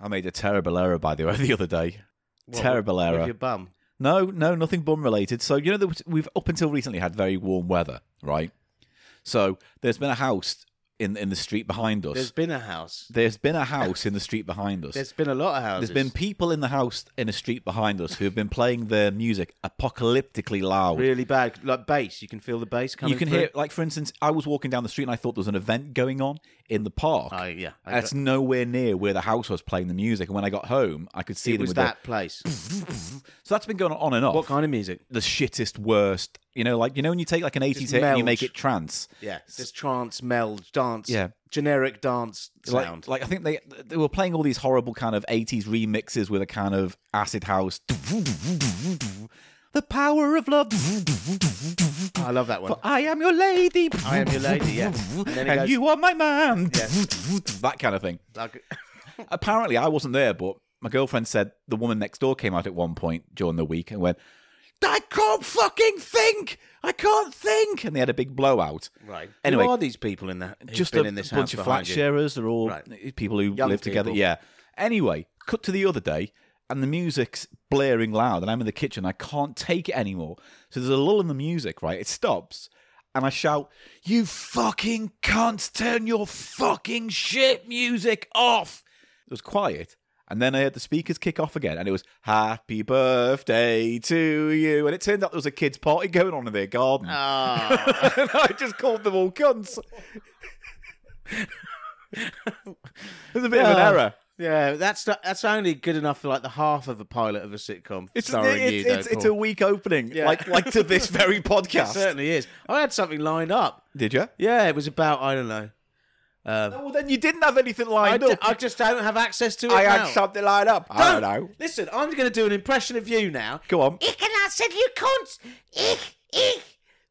I made a terrible error, by the way, the other day. What, terrible with- error. With your bum. No, no, nothing bum related. So you know that we've up until recently had very warm weather, right? So there's been a house in in the street behind us. There's been a house. there's been a house in the street behind us. There's been a lot of houses. There's been people in the house in the street behind us who have been playing their music apocalyptically loud. really bad, like bass. You can feel the bass coming. You can through. hear, like, for instance, I was walking down the street and I thought there was an event going on in the park. Oh yeah, I That's got- nowhere near where the house was playing the music. And when I got home, I could see it them E was with that place. The, so that's been going on and off. what kind of music? the shittest, worst. You know, like you know when you take like an 80s Just hit and you meld. make it trance. Yeah, just trance, meld, dance. Yeah. generic dance sound. Like, like I think they they were playing all these horrible kind of 80s remixes with a kind of acid house. The power of love. I love that one. I am your lady. I am your lady. Yeah, and then And, it goes you are my man. Yeah. That kind of thing. like, Apparently, I wasn't there, but my girlfriend said the woman next door came out at one point during the week and went, I can't fucking think. I can't think. And they had a big blowout. right. Anyway. Who are these people in that? who've just been a in this house bunch of flat behind you? sharers. They're all Right. people who Young live together. people. Yeah. Anyway, cut to the other day, and the music's blaring loud, and I'm in the kitchen. I can't take it anymore. So there's a lull in the music. Right, it stops, and I shout, "You fucking cunts! Turn your fucking shit music off!" It was quiet. And then I heard the speakers kick off again, and it was "Happy Birthday to you." And it turned out there was a kids' party going on in their garden, Ah, and I just called them all cunts. It was a bit of an Yeah. error. yeah, that's not, that's only good enough for like the half of a pilot of a sitcom. It's, starring it- you, it's, though, it's, it's a Paul. weak opening, Yeah. like like to this very It podcast. certainly is. I had something lined up. Did you? Yeah, it was about I don't know. Um, Well, then you didn't have anything I, lined d- up. I just don't have access to it I now. had something lined up. I don't know. Listen, I'm going to do an impression of you now. Go on. Ich and I said you cunt. Ich, ich,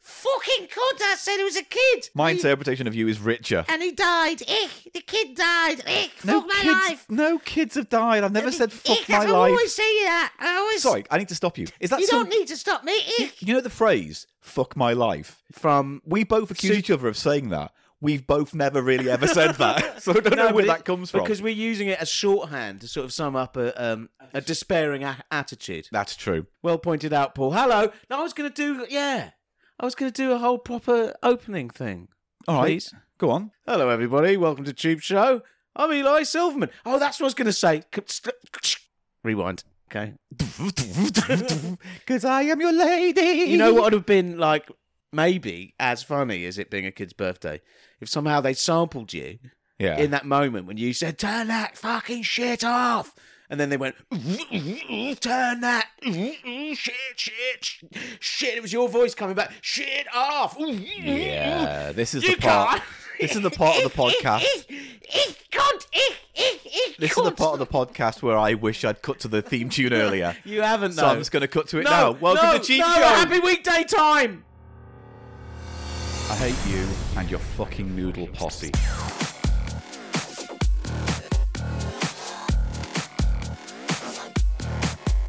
fucking cunt. I said he was a kid. My interpretation of you is richer. and he died. Ich, the kid died. Ich, No kids, no kids have died. I've never said fuck my life. say that. I always. Sorry, I need to stop you. Is that some- need to stop me. Ich. you know the phrase "fuck my life"? From We both accuse each other of saying that. We've both never really ever said that, so I don't know No, where but that it- comes from. Because we're using it as shorthand to sort of sum up a um, a despairing a- attitude. That's true. Well pointed out, Paul. Hello. No, I was going to do yeah. I was going to do a whole proper opening thing. All right, Please. go on. Hello, everybody. Welcome to Tube Show. I'm Eli Silverman. Oh, that's what I was going to say. C- st- Rewind. Okay. Because I am your lady. You know what would have been like maybe as funny as it being a kid's birthday if somehow they sampled you Yeah. in that moment when you said turn that fucking shit off and then they went turn that shit shit sh- shit it was your voice coming back shit off yeah. This is You the part. can't. This is the part of the podcast. This is the part of the podcast where I wish I'd cut to the theme tune earlier. you haven't So I'm though. just going to cut to it no, now. Welcome no, to Cheap no, Show. happy weekday time I hate you and your fucking noodle posse.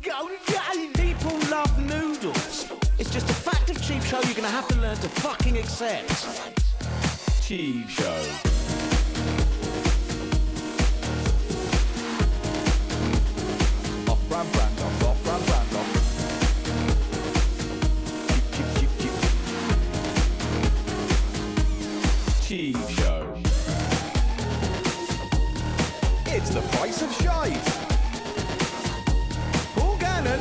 People love noodles. It's just a fact of cheap show you're going to have to learn to fucking accept. Cheap show. Off brand, brand off. Off brand, brand off. Cheap, cheap, cheap, cheap, cheap. Cheap show. It's the price of shite. Paul Gannon.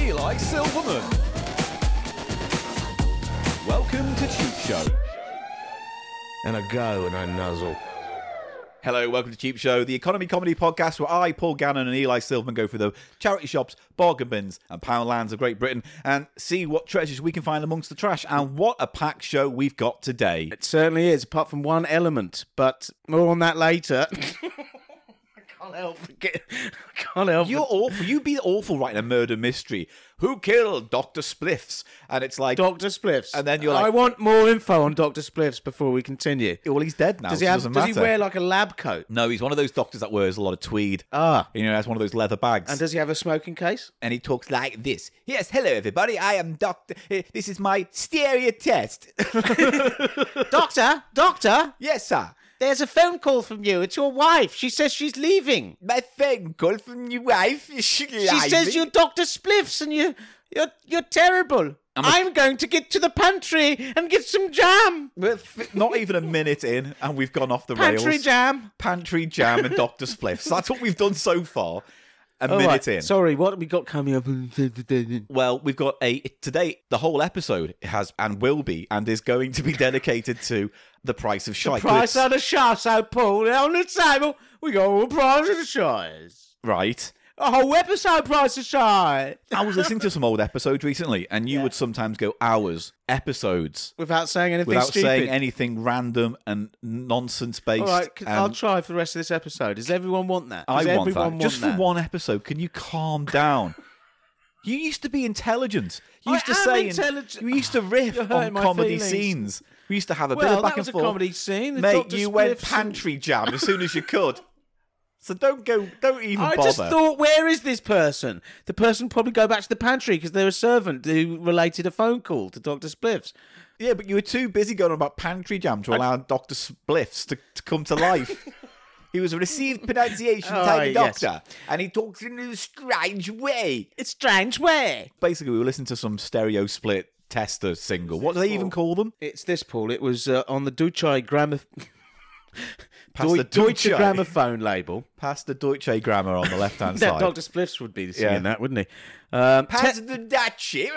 Eli Silverman. Welcome to Cheap Show. And I go and I nuzzle. Hello, welcome to Cheap Show, the economy comedy podcast where I, Paul Gannon, and Eli Silverman go through the charity shops, bargain bins, and pound lands of Great Britain and see what treasures we can find amongst the trash. And what a packed show we've got today. It certainly is, apart from one element, but more on that later. I can't help but get. I can't help You're but- awful. You'd be awful writing a murder mystery. Who killed Dr. Spliffs? And it's like, Dr. Spliffs. And then you're like- I want more info on Dr. Spliffs before we continue. well, he's dead now. Does so he, it have, doesn't does he matter. wear like a lab coat? No, he's one of those doctors that wears a lot of tweed. Ah. You know, has one of those leather bags. And does he have a smoking case? and he talks like this. Yes, hello everybody. I am Doctor. eh, This is my stereo test. doctor! Doctor! yes, sir. There's a phone call from you. It's your wife. She says she's leaving. My phone call from your wife. She, She says you're Doctor Spliffs and you, you're you're terrible. I'm I'm, a- going to get to the pantry and get some jam. Not even a minute in, and we've gone off the Pantry rails. jam. Pantry jam and Doctor Spliffs. That's what we've done so far. A All minute right, in. Sorry, what have we got coming up? It's Well, we've got a today. The whole episode has and will be and is going to be dedicated to the price of shite. It's- price on the shot, I pulled it on the table. We got all price of the shires. right. A whole episode price of shite. I was listening to some old episode recently, and you Yeah. would sometimes go hours, episodes, Without saying anything without stupid. saying anything random and nonsense based. all right, c- I'll and try for the rest of this episode. Does everyone want that? um, I Does want everyone that Want just that? for one episode. Can you calm down? You used to be intelligent. You I used to am say intelligent- We used to riff You're hurting on my comedy feelings. scenes. We used to have a bit Well, of back that was and a forth. comedy scene. The Mate, Dr. you went Spliffs and- pantry jam as soon as you could. So don't go. Don't even I bother. just thought, where is this person? The person probably go back to the pantry because they're a servant who related a phone call to Doctor Spliffs. yeah, but you were too busy going on about pantry jam to allow Doctor Spliffs to, to come to life. he was a received pronunciation Oh, type of yes. doctor, and he talks in a strange way. It's strange where. Basically, we were listening to some stereo split tester single. What do they Oh. even call them? It's this, Paul. It was uh, on the Duchai Grammar. Past the Deutsche Deutsche. Grammophone label. Past the Deutsche grammar on the left hand That side. Dr. Spliffs would be singing Yeah. that, wouldn't he? Um, Past the Deutsche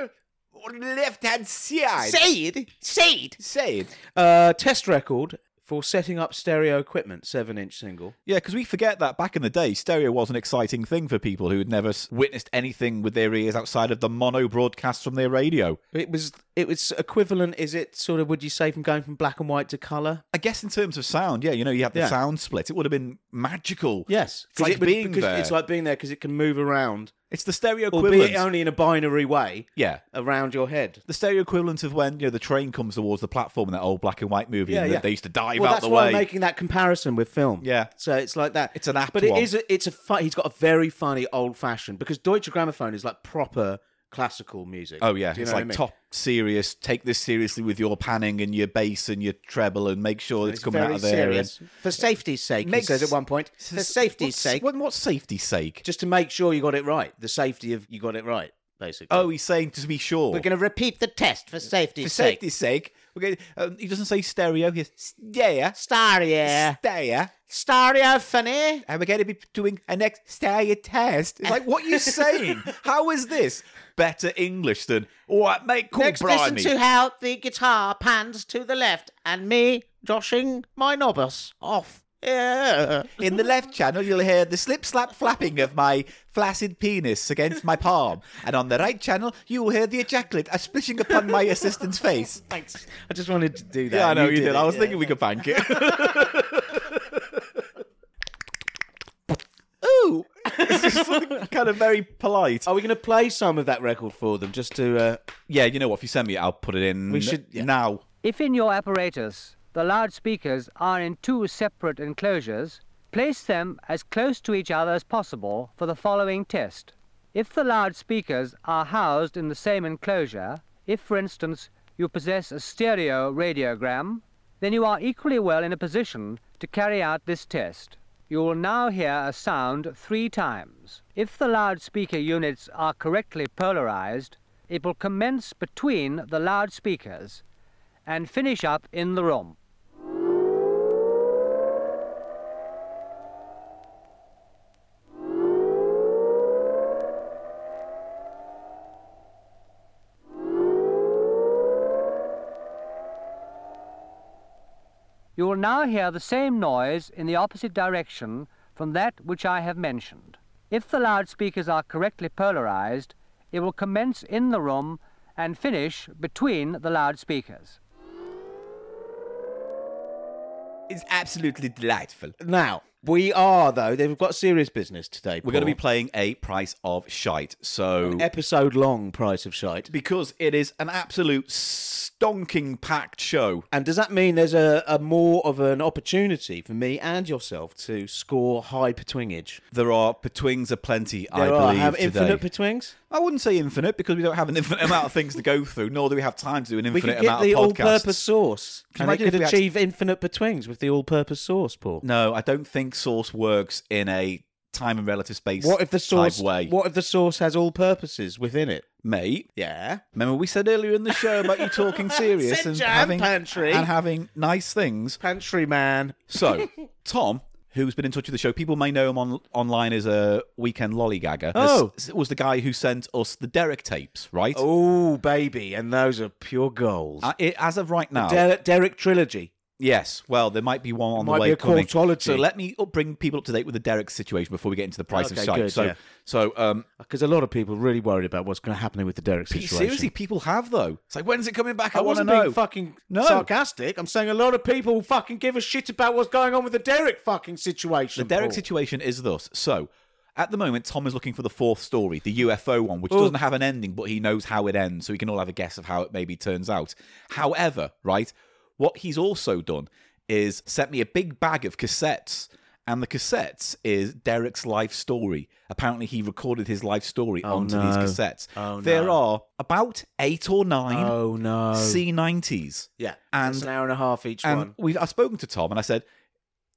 on the left hand side. Said, said. Say it. Uh, test record for setting up stereo equipment, seven inch single. Yeah, because we forget that back in the day, stereo was an exciting thing for people who had never s- witnessed anything with their ears outside of the mono broadcast from their radio. It was it was equivalent. Is it sort of? Would you say from going from black and white to color? I guess in terms of sound, yeah, you know, you had the Yeah. sound split. It would have been magical. Yes, It's like it would- being because there. It's like being there because it can move around, It's the stereo equivalent. albeit only in a binary way yeah. around your head. The stereo equivalent of when, you know, the train comes towards the platform in that old black and white movie Yeah, and yeah. they used to dive well, out that's the why way. I'm making that comparison with film. Yeah. So it's like that. It's an apt but it one. is a, it's a fun, he's got a very funny old fashioned because Deutsche Grammophon is like proper classical music. Oh yeah, Do you it's know what like I mean? top serious. Take this seriously with your panning and your bass and your treble, and make sure it's, It's coming very out of there. and- serious. For safety's sake, Makes- he says at one point. For safety's What's- sake, What, what's safety's sake? just to make sure you got it right. The safety of you got it right, basically. Oh, he's saying to be sure. we're going to repeat the test for safety's for sake. safety's sake, we're going. Um, he doesn't say stereo. He says stereo, Stereo, stereo, stereo, funny. and we're going to be doing a next stereo test. It's like what are you saying? How is this better English than all right, mate? Call Next, Blimey. listen to how the guitar pans to the left and me joshing my knobus off. Yeah. In the left channel, you'll hear the slip slap flapping of my flaccid penis against my palm. And on the right channel, you will hear the ejaculate uh, splishing upon my assistant's face. Thanks. I just wanted to do that. Yeah, I know you, did. I it, was yeah. thinking we could bank it. Ooh! It's just something kind of very polite. Are we going to play some of that record for them just to. Uh... Yeah, you know what? If you send me it, I'll put it in we should- yeah. now. If in your apparatus the loudspeakers are in two separate enclosures, place them as close to each other as possible for the following test. If the loudspeakers are housed in the same enclosure, if for instance you possess a stereo radiogram, then you are equally well in a position to carry out this test. You will now hear a sound three times. If the loudspeaker units are correctly polarized, it will commence between the loudspeakers and finish up in the room. You will now hear the same noise in the opposite direction from that which I have mentioned. If the loudspeakers are correctly polarized, it will commence in the room and finish between the loudspeakers. It's absolutely delightful. Now, We are though. They've got serious business today. We're going to be playing a price of shite. So episode long. Price of shite. because it is an absolute stonking packed show. And does that mean there's a, a more of an opportunity for me and yourself to score high petwingage? There are betwings aplenty, I There are. believe. have today. infinite petwings. I wouldn't say infinite because we don't have an infinite amount of things to go through, nor do we have time to do an We infinite could get amount the of podcasts. all-purpose sauce, Can you and it imagine could if we actually- achieve infinite betwings with the all-purpose sauce, Paul. No, I don't think source works in a time and relative space. What if the sauce? type way, What if the sauce has all purposes within it? mate? Yeah. Remember we said earlier in the show about you talking serious Said and jam having pantry. and having nice things. Pantry man. So Tom. Who's been in touch with the show? People may know him on online as a weekend lollygagger. Oh. This was the guy who sent us the Derek tapes, right? Oh, baby, and those are pure gold. Uh, it- as of right now, Der- Derek trilogy. Yes, well, there might be one on might the be way a coming. quartology. So let me up- bring people up to date with the Derek situation before we get into the price Okay, of shite. good, so, yeah. so um, Because a lot of people are really worried about what's going to happen with the Derek pe- situation. seriously, people have though. It's like when's it coming back? I, I want to wasn't know. being fucking No. sarcastic. I'm saying a lot of people fucking give a shit about what's going on with the Derek fucking situation. the Derek Paul. situation is thus. So, at the moment, Tom is looking for the fourth story, the UFO one, which Oh. doesn't have an ending, but he knows how it ends, so we can all have a guess of how it maybe turns out. However, right, what he's also done is sent me a big bag of cassettes. And the cassettes is Derek's life story. Apparently, he recorded his life story onto these no. cassettes. Oh, there no. are about eight or nine Oh no. C90s. yeah, and- it's an hour and a half each And one. we've I've spoken to Tom and I said,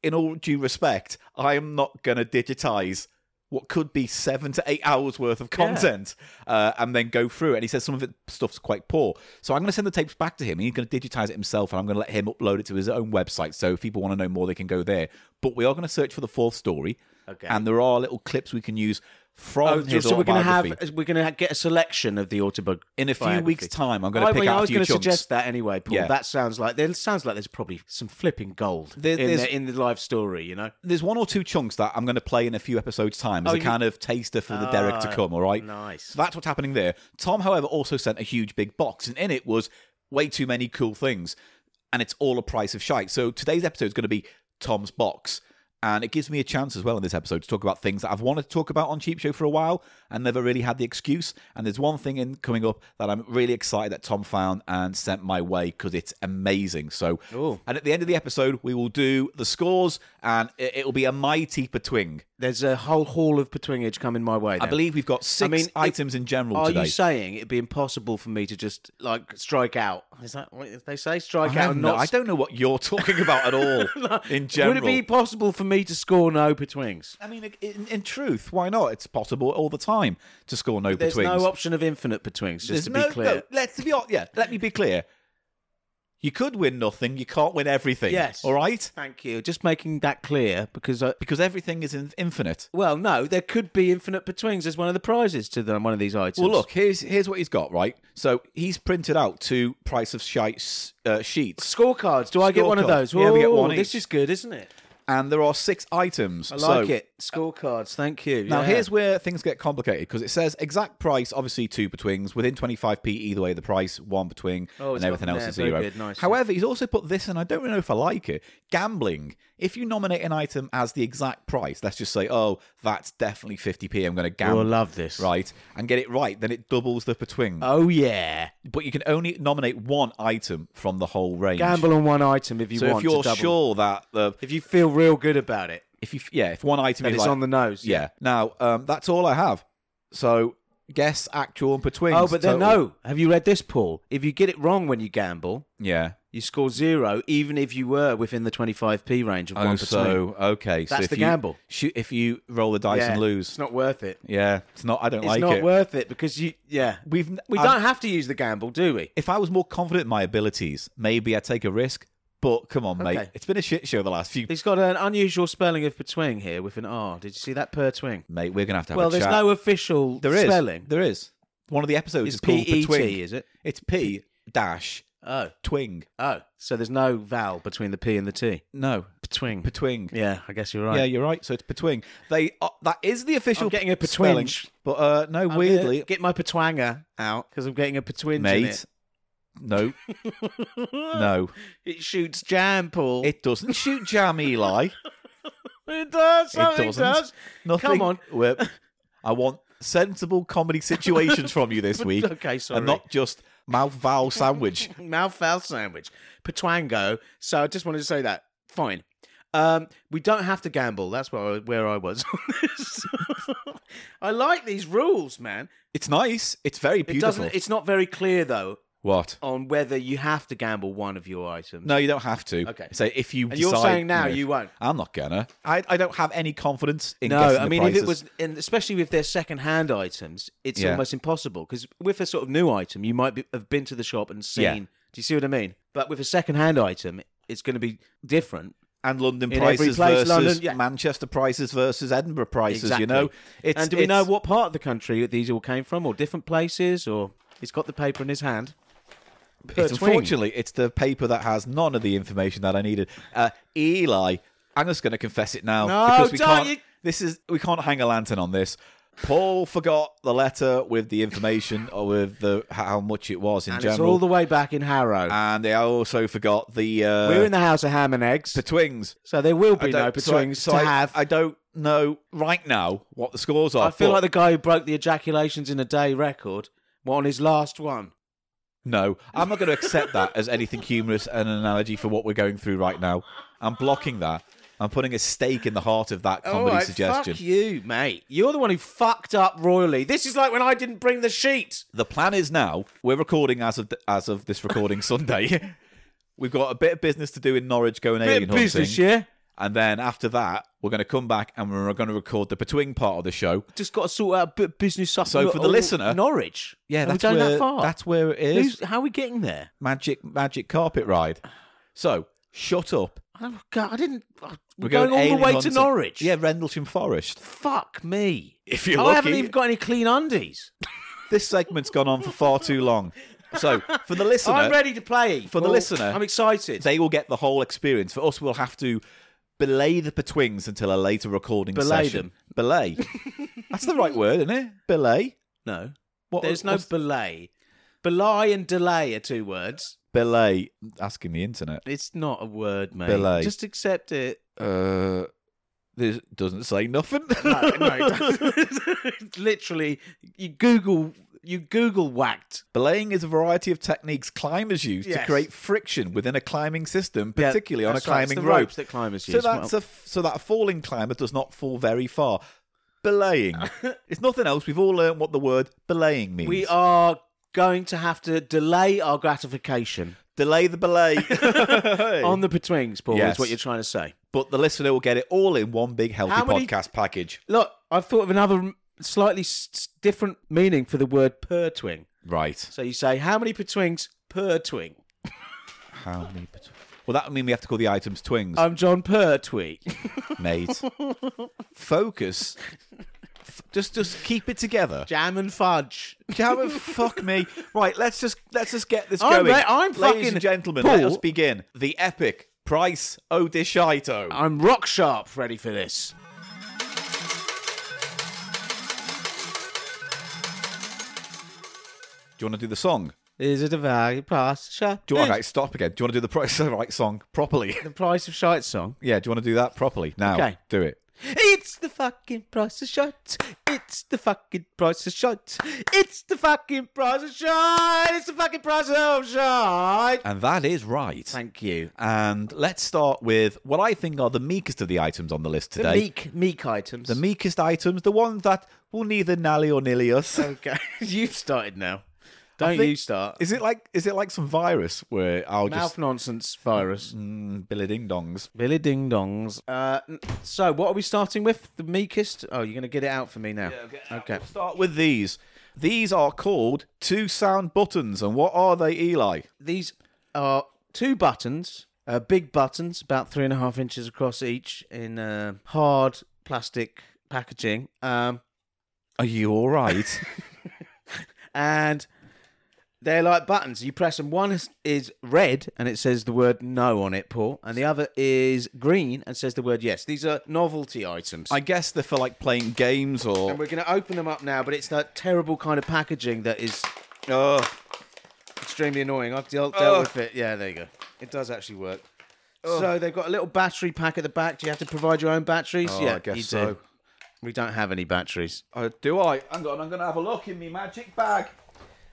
in all due respect, I am not going to digitize what could be seven to eight hours worth of content uh, and then go through it. And he says some of it stuff's quite poor. So I'm going to send the tapes back to him. and He's going to digitize it himself and I'm going to let him upload it to his own website. So if people want to know more, they can go there. But we are going to search for the fourth story. Okay. And there are little clips we can use from Oh, his so we're gonna autobiography. have uh, we're gonna get a selection of the autobiography In a few weeks' time, I'm going I, to pick mean, out I a was few gonna chunks. suggest that anyway, Paul. Yeah. That sounds like there sounds like there's probably some flipping gold There- in, there's- the, in the live story. You know, there's one or two chunks that I'm going to play in a few episodes' time as Oh, a you- kind of taster for the Derek to Ah, come. All right, nice. So that's what's happening there. Tom, however, also sent a huge big box, and in it was way too many cool things, and it's all a price of shite. So today's episode is going to be Tom's box. And it gives me a chance as well in this episode to talk about things that I've wanted to talk about on Cheap Show for a while and never really had the excuse. And there's one thing in coming up that I'm really excited that Tom found and sent my way because it's amazing. So, and at the end of the episode, we will do the scores and it, it'll be a mighty betwing. there's a whole haul of petwingage coming my way. I then. believe we've got six mean, it- items in general Are today. you saying it'd be impossible for me to just like strike out? Is that what they say? Strike I, out have and no- not. I don't know what you're talking about at all in general. Would it be possible for me to score no betwings? I mean, in, in truth, why not? It's possible all the time to score no There's betwings. no option of infinite betwings. Just There's to no- be clear. no, let's be hon- yeah. Let me be clear. You could win nothing. You can't win everything. Yes. All right. Thank you. Just making that clear because I, Because everything is in- infinite. well, no, there could be infinite betwings as one of the prizes to the, one of these items. Well, look. Here's here's what he's got. Right. So he's printed out two price of shite s- uh, sheets, Scorecards. Do I get one of Scorecards. those? Yeah, we get Ooh, one This each. is good, isn't it? and there are six items. I So- like it. Scorecards. Thank you. Now, Yeah. here's where things get complicated because it says exact price, obviously two betwings, within 25p either way, the price, one betwing, Oh, it's and everything got- else yeah, is very zero. good, nice. However, he's also put this, and I don't really know if I like it gambling. If you nominate an item as the exact price, let's just say, oh, that's definitely 50p, I'm going to You'll gamble. love this. Right, and get it right, then it doubles the betwing. Oh yeah. but you can only nominate one item from the whole range. Gamble on one item if you So want if you're to double. sure that the if you feel real good about it, if you yeah if one item that is it's like, on the nose. Yeah. Now, um, that's all I have. So guess actual and between. Oh, but then no. Have you read this, Paul? If you get it wrong when you gamble, Yeah. you score zero, even if you were within the twenty-five p range of one Oh, percent. so okay. so That's if the you gamble. Shoot, if you roll the dice yeah, and It's lose. not worth it. yeah, it's not. I don't It's like not it. worth it because you. Yeah, We've n- we I'm- don't have to use the gamble, do we? If I was more confident in my abilities, maybe I'd take a risk. But come on, mate, Okay. it's been a shit show the last few. He's got an unusual spelling of betwing here with an R. Did you see that per twing? Mate, we're gonna have to have Well, a there's chat. no official there is spelling. There is. One of the episodes It's E is called P-E-T, between. is it? It's P dash Oh, twing. oh. So there's no vowel between the P and the T. No, Betwing. betwing. yeah, I guess you're right. Yeah, you're right. So it's betwing. They uh, that is the official. I'm getting a spelling, betwinge. but uh, no, I'm gonna weirdly, Oh, get my petwanger out because I'm getting a petwinge in mate. it. No, no, It shoots jam, Paul. it doesn't shoot jam, Eli. It does. It something doesn't. does. Nothing. Come on. Whip. I want sensible comedy situations from you this week, Okay, sorry. and not just mouth vowel sandwich. Mouth foul sandwich. Patwango. So I just wanted to say that. Fine. Um, we don't have to gamble. That's where I, where I was on this. I like these rules, man. It's nice. It's very It beautiful. doesn't. It's not very clear though what? on whether you have to gamble one of your items. No, you don't have to. Okay. So if you And decide, you're saying now know, you won't. I'm not gonna. I, I don't have any confidence in. No, guessing the I mean if prices. it was, and especially with their second-hand items, it's Yeah. almost impossible because with a sort of new item, you might be, have been to the shop and seen. Yeah. Do you see what I mean? But with a second-hand item, it's going to be different. and London in every prices place, versus London, yeah. Manchester prices versus Edinburgh prices. Exactly. You know, and do we know what part of the country these all came from, or different places, or he's got the paper in his hand? per It's, twing? unfortunately, it's the paper that has none of the information that I needed. Uh, Eli, I'm just going to confess it now No, because we don't can't. you- This is we can't hang a lantern on this. Paul forgot the letter with the information or with the how much it was in And it's general, Uh, all the way back in Harrow. and they also forgot the uh, We're in the house of ham and eggs, the twings. so there will I be no don't- so I- betwings so to I- have. I don't know right now what the scores are. I feel but- like the guy who broke the ejaculations in a day record well, on his last one. No, I'm not going to accept that as anything humorous and an analogy for what we're going through right now. I'm blocking that. I'm putting a stake in the heart of that comedy Alright, suggestion. Fuck you, mate. You're the one who fucked up royally. This is like when I didn't bring the sheet. The plan is now we're recording as of as of this recording Sunday. We've got a bit of business to do in Norwich going Bit alien of hunting, business, yeah. and then after that we're going to come back and we're going to record the between part of the show. Just got to sort out a bit of business up. So in for the all- listener- Norwich. Yeah, Are that's we going where that far. that's where it is. Who's- how are we getting there? Magic magic carpet ride. So shut up. Oh, God, I didn't. We're, We're going, all alien the way hunting. to Norwich. Yeah, Rendlesham Forest. Fuck me. If you're I haven't lucky. even got any clean undies. this segment's gone on for far too long. So for the listener, I'm ready to play. For the Well, listener, I'm excited. they will get the whole experience. For us, we'll have to belay the betwings until a later recording Belay session. Belay. That's the right word, isn't it? Belay. no, What, there's no what's- belay. Belay and delay are two words. belay. Asking the internet. It's not a word, mate. Belay. Just accept it. Uh, this doesn't say nothing. no, no. Literally, you Google, you Google whacked. Belaying is a variety of techniques climbers use to Yes. create friction within a climbing system, Yeah, particularly on a that's right, it's climbing the rope. ropes that climbers So use. that's a f so that a falling climber does not fall very far. Belaying. it's nothing else. We've all learned what the word belaying means. we are going to have to delay our gratification delay the belay. on the betwings, Paul. Yes. Is what you're trying to say. but the listener will get it all in one big healthy How many- podcast package. Look, I've thought of another m- slightly s- s- different meaning for the word per twing. Right. So you say, how many per twings per twing? How many? betw- Well, that would mean we have to call the items twings, I'm John Pertwee. mate. Focus. F- Just, just keep it together. Jam and fudge. Jam- fuck me. Right, let's just let's just get this I'm going. re- I'm Ladies fucking- and gentlemen, let Paul- us begin the epic price Odishito. I'm rock sharp ready for this. Do you want to do the song? Is it a value price? Shop? Do you want, okay, stop again. Do you want to do the price right song properly? the price of shite song? yeah, do you want to do that properly? Now, Okay. do it. It's the fucking price of shite. It's the fucking price of shite. It's the fucking price of shite. It's the fucking price of shite. And that is right. Thank you. and let's start with what I think are the meekest of the items on the list The today. meek, meek items. The meekest items, the ones that will neither nally or nilly us. Okay, you've started now. Don't think- you start. Is it like is it like some virus where I'll Mouth just nonsense virus. mm, billy ding dongs? Mm-hmm. Billy ding dongs. Uh, n- so, what are we starting with? The meekest? Oh, you're going to get it out for me now. okay. We'll start with these. These are called two sound buttons, and what are they, Eli? These are two buttons, uh, big buttons, about three and a half inches across each, in uh, hard plastic packaging. Um, Are you all right? and they're like buttons. You press them. One is- is red and it says the word no on it, Paul. And the other is green and says the word yes. These are novelty items. I guess they're for like playing games or And we're going to open them up now, but it's that terrible kind of packaging that is oh, Ugh. extremely annoying. I've dealt, dealt with it. Yeah, there you go. It does actually work. Oh. So they've got a little battery pack at the back. Do you have to provide your own batteries? Oh, yeah, I guess you do. so. We don't have any batteries. Uh, do I? Hang on, I'm going to have a look in my magic bag.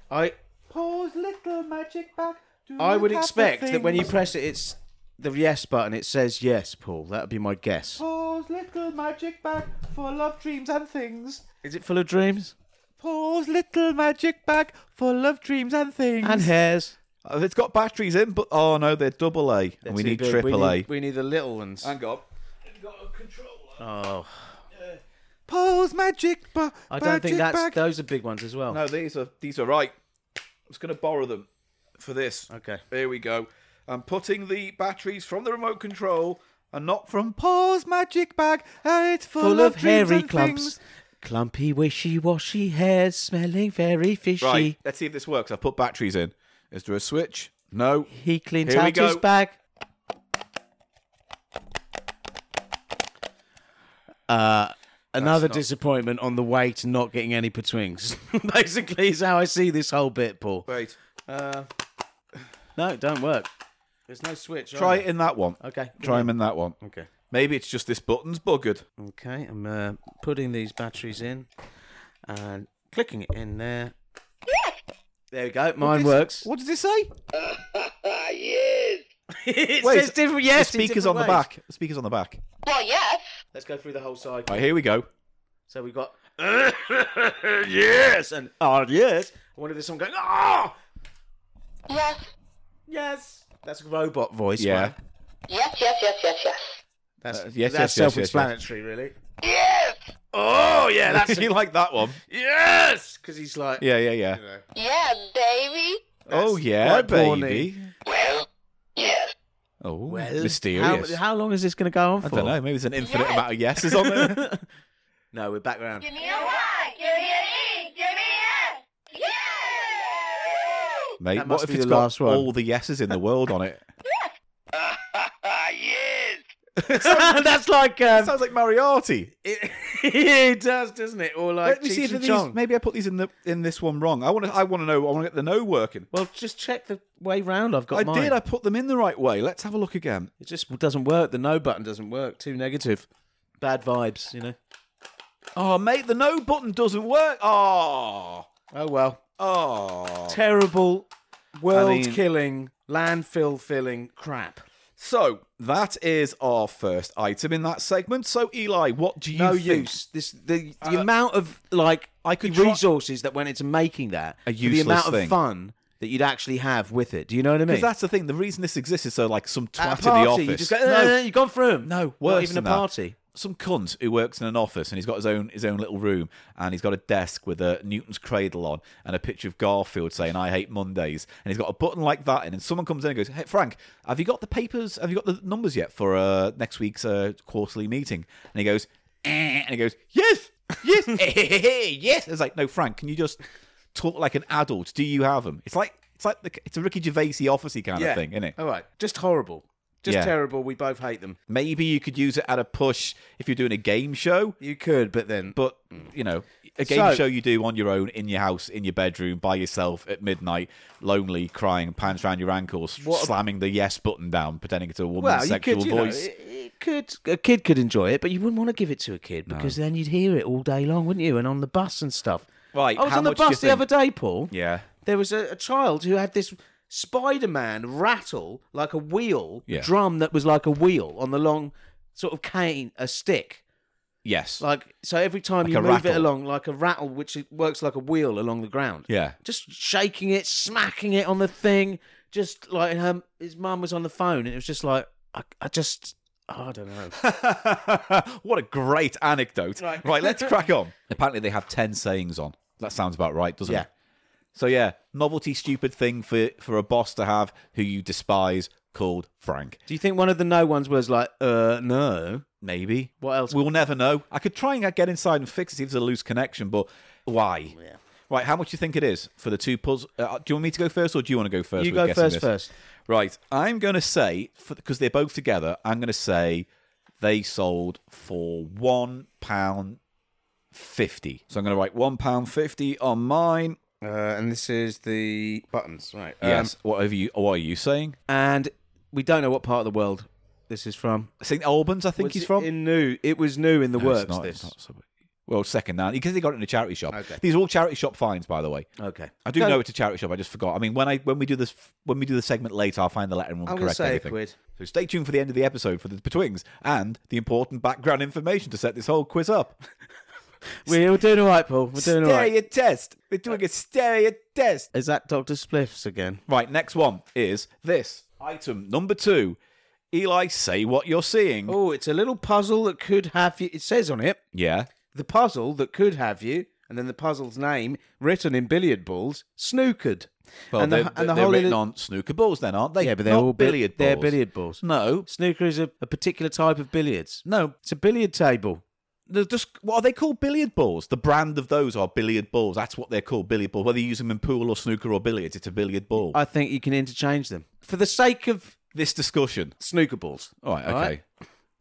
I Paul's little magic bag. Do I you would have the expect that when you things? press it, it's the yes button. It says yes, Paul. That would be my guess. Paul's little magic bag full of dreams and things. Is it full of dreams Paul's little magic bag full of dreams and things. and hairs? Uh, it's got batteries in, but oh no, they're double A, and we Too need big. triple We A. need, we need the little ones. Hang on. Got a controller. oh, Paul's magic bag. I don't think that's those are big ones as well. No, these are these are right. I was going to borrow them for this. Okay. Here we go. I'm putting the batteries from the remote control and not from Paul's magic bag. And it's full, Full of dreams hairy and clumps, things. clumpy wishy washy hairs, smelling very fishy. Right. Let's see if this works. I've put batteries in. Is there a switch? No. He cleans Here we out his go. bag. Uh, another not- disappointment on the way to not getting any patwings. Basically, is how I see this whole bit, Paul. Wait. Uh, no, don't work. There's no switch. on Try it in that one. Okay. Try them in that one. Okay. Maybe it's just this button's buggered. Okay. I'm uh, putting these batteries in and clicking it in there. There we go. Mine works. What does it say? Ah, it Wait, says different. Yes, in Eh, Speakers different on the ways. back. Speakers on the back. Well, yes. Let's go through the whole cycle. Right, here we go. So we've got yes and oh yes. I wonder if there's someone going oh Yes. yes. That's a robot voice. Yeah. right? Yes, yes, yes, yes, yes. That's Uh, yes, yes, yes, yes, that's yes. self-explanatory, really. Yes. Oh yeah, that's you like that one? yes. Because he's like Yeah, yeah, yeah. you know, Yeah, baby. oh that's yeah, quite horny. baby. Well, yes. Oh, Well, mysterious. How, how long is this going to go on for? I don't know. Maybe there's an infinite Yes. amount of yeses on there. no, we're back around. Give me a Y. Give me an E. Give me an S. Yes. Mate, That what must if be it's the got last one. all the yeses in the world on it? Ah, yes. that's like um, Sounds like Mariarty. it, it does, doesn't it? Or like Let me Cheech see if and these. Chong. Maybe I put these in the in this one wrong. I want to. I want to know. I want to get the no working. Well, just check the way round. I've got I mine. did. I put them in the right way. Let's have a look again. It just doesn't work. The no button doesn't work. Too negative. Bad vibes, you know. Oh, mate, the no button doesn't work. Oh, Oh well. oh. Terrible, world mean- killing, landfill filling crap. So that is our first item in that segment. So Eli, what do you no think? use. Uh, This the, the amount of like I could try- resources that went into making that. A for The useless amount thing. of fun that you'd actually have with it. Do you know what I mean? Because that's the thing. The reason this exists is so like some twat At a in the party, office. you just go. No, No, you've gone through 'em." No, not worse even than a that. party. some cunt who works in an office and he's got his own his own little room and he's got a desk with a Newton's cradle on and a picture of Garfield saying I hate Mondays and he's got a button like that in and someone comes in and goes hey Frank have you got the papers have you got the numbers yet for uh, next week's uh, quarterly meeting and he goes eh, and he goes yes yes eh, yes it's like no Frank can you just talk like an adult do you have them it's like it's like the, it's a Ricky Gervaisy officey kind of thing isn't it All right, just horrible, just Yeah. terrible. We both hate them. maybe you could use it at a push if you're doing a game show You could, but then but you know a game So- show you do on your own in your house in your bedroom by yourself at midnight lonely crying pants round your ankles What a- slamming the yes button down pretending it's a woman's well, you sexual could, you know, voice it- it could a kid could enjoy it, but you wouldn't want to give it to a kid because then you'd hear it all day long, wouldn't you? And on the bus and stuff. Right, I was how on the much do you bus the think- other day, Paul. yeah There was a, a child who had this Spider-Man rattle like a wheel Yeah. drum that was like a wheel on the long sort of cane, a stick. yes Like so, every time Like you a move it rattle. along, like a rattle, which it works like a wheel along the ground. yeah Just shaking it, smacking it on the thing. Just like and her, his mum was on the phone, and it was just like, I, I just, I don't know. what a great anecdote right. let's crack on apparently they have 10 sayings on that sounds about right doesn't Yeah. it so yeah novelty stupid thing for for a boss to have who you despise called frank Do you think one of the no ones was like, uh, no? maybe What else? We'll never know. I could try and get inside and fix it, see if there's a loose connection, but why? Right, how much do you think it is for the two puzzles? Uh, do you want me to go first or do you want to go first? you with go guessing first, this? first. Right, I'm going to say, because they're both together, I'm going to say they sold for £1.50. So I'm going to write £1.50 on mine. Um, Uh, and this is the buttons, right? Um, Yes, whatever you, what are you saying? and we don't know what part of the world this is from. St Albans, I think Was he's it from. in new. It was new in the No, it's works. not, this. it's not sub- well, second hand because they got it in a charity shop. Okay. These are all charity shop finds, by the way. Okay. I do No, know it's a charity shop. I just forgot. I mean, when I when we do this when we do the segment later, I'll find the letter and we'll I'm gonna correct say a everything. quid. So stay tuned for the end of the episode for the betwings and the important background information to set this whole quiz up. We're doing all right, Paul. We're doing all right. Stereo test. We're doing a stereo test. Is that Doctor Spliffs again? Right, next one is this item number two. Eli, say what you're seeing. Oh, it's a little puzzle that could have you. It says on it Yeah. the puzzle that could have you, and then the puzzle's name written in billiard balls, snookered. Well, and they're, the, and the they're whole written little- on snooker balls, then, aren't they? yeah, but they're Not all bi- billiard balls. They're billiard balls. No, Snooker is a, a particular type of billiards. no. Oh, It's a billiard table. They're just what are they called? Billiard balls. The brand of those are billiard balls. That's what they're called, billiard balls. Whether you use them in pool or snooker or billiards, it's a billiard ball. I think you can interchange them for the sake of this discussion. snooker balls. All right, okay. Alright.